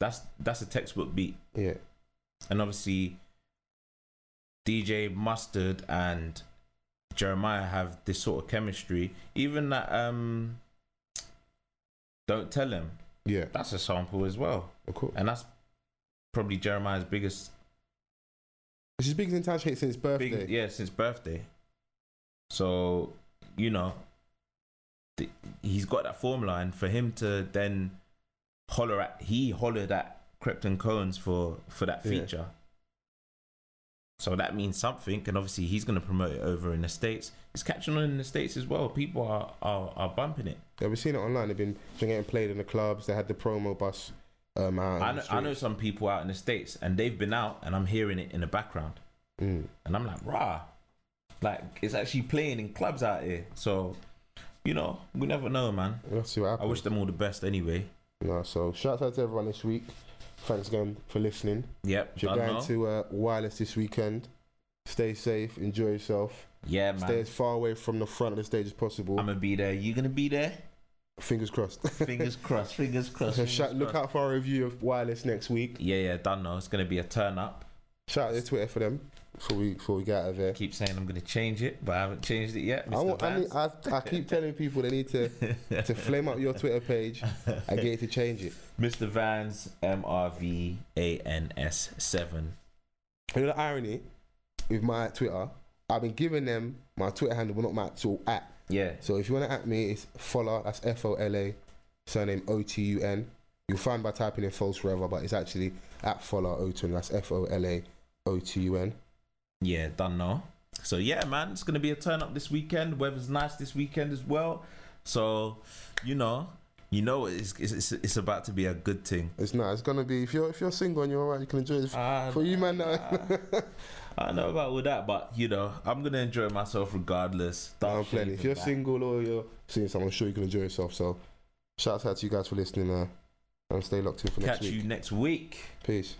Speaker 2: That's that's a textbook beat.
Speaker 1: yeah.
Speaker 2: and obviously DJ Mustard and Jeremiah have this sort of chemistry. Even that um Don't Tell Him,
Speaker 1: Yeah,
Speaker 2: that's a sample as well.
Speaker 1: of course.
Speaker 2: And that's probably Jeremiah's biggest
Speaker 1: It's his biggest intense hit since birthday.
Speaker 2: big yeah, since birthday. So, you know, th- he's got that formula and for him to then holler at he hollered at Krypton Cones for for that
Speaker 1: Yeah.
Speaker 2: feature. So that means something, and obviously he's going to promote it over in the states. It's catching on in the states as well. People are are, are bumping it.
Speaker 1: yeah, we've seen it online. They've been, been getting played in the clubs. They had the promo bus. Um, out
Speaker 2: I
Speaker 1: on
Speaker 2: know,
Speaker 1: the
Speaker 2: I know some people out in the states, and they've been out, and I'm hearing it in the background,
Speaker 1: street. Mm.
Speaker 2: and I'm like, rah, like it's actually playing in clubs out here. So, you know, we never know, man.
Speaker 1: We'll see what
Speaker 2: I
Speaker 1: happens.
Speaker 2: wish them all the best, anyway.
Speaker 1: no, so shout out to everyone this week. Thanks again for listening.
Speaker 2: Yep,
Speaker 1: If you're
Speaker 2: done
Speaker 1: going
Speaker 2: now.
Speaker 1: to uh, Wireless this weekend, stay safe, enjoy yourself,
Speaker 2: yeah, man.
Speaker 1: stay as far away from the front of the stage as possible.
Speaker 2: I'm gonna be there. You gonna be there?
Speaker 1: Fingers crossed.
Speaker 2: Fingers crossed. Fingers crossed.
Speaker 1: so
Speaker 2: fingers
Speaker 1: shout, look
Speaker 2: crossed.
Speaker 1: out for our review of Wireless next week.
Speaker 2: Yeah, yeah, done now. It's gonna be a turn up.
Speaker 1: Shout out to Twitter for them before we, before we get out of there.
Speaker 2: I keep saying I'm gonna change it, but I haven't changed it yet.
Speaker 1: I,
Speaker 2: Mr.
Speaker 1: want, I, need,
Speaker 2: Vance.
Speaker 1: I, I keep telling people they need to, to flame up your Twitter page and get you to change it.
Speaker 2: Mr. Vans, M R V A N S seven.
Speaker 1: You know the irony with my Twitter? I've been giving them my Twitter handle, but not my actual at.
Speaker 2: Yeah,
Speaker 1: So if you want to at me, it's Fola. That's F O L A, surname O T U N. You'll find by typing in false forever, but it's actually at Fola Otun. That's F O L A O T U N.
Speaker 2: yeah, done now. So yeah, man, it's gonna be a turn up this weekend. Weather's nice this weekend as well. So, you know, you know, it's it's, it's, it's about to be a good thing.
Speaker 1: It's nice. It's gonna be if you're if you're single and you're alright, you can enjoy this.
Speaker 2: Ah,
Speaker 1: For you, man,
Speaker 2: nah.
Speaker 1: that-
Speaker 2: I don't know about all that, but you know, I'm gonna enjoy myself regardless. Dark
Speaker 1: I'm plenty.
Speaker 2: shades
Speaker 1: If you're
Speaker 2: and that.
Speaker 1: single or you're seeing someone, I'm sure you can enjoy yourself. So, shouts out to you guys for listening. Uh, and stay locked in for next
Speaker 2: catch
Speaker 1: week.
Speaker 2: you next week.
Speaker 1: Peace.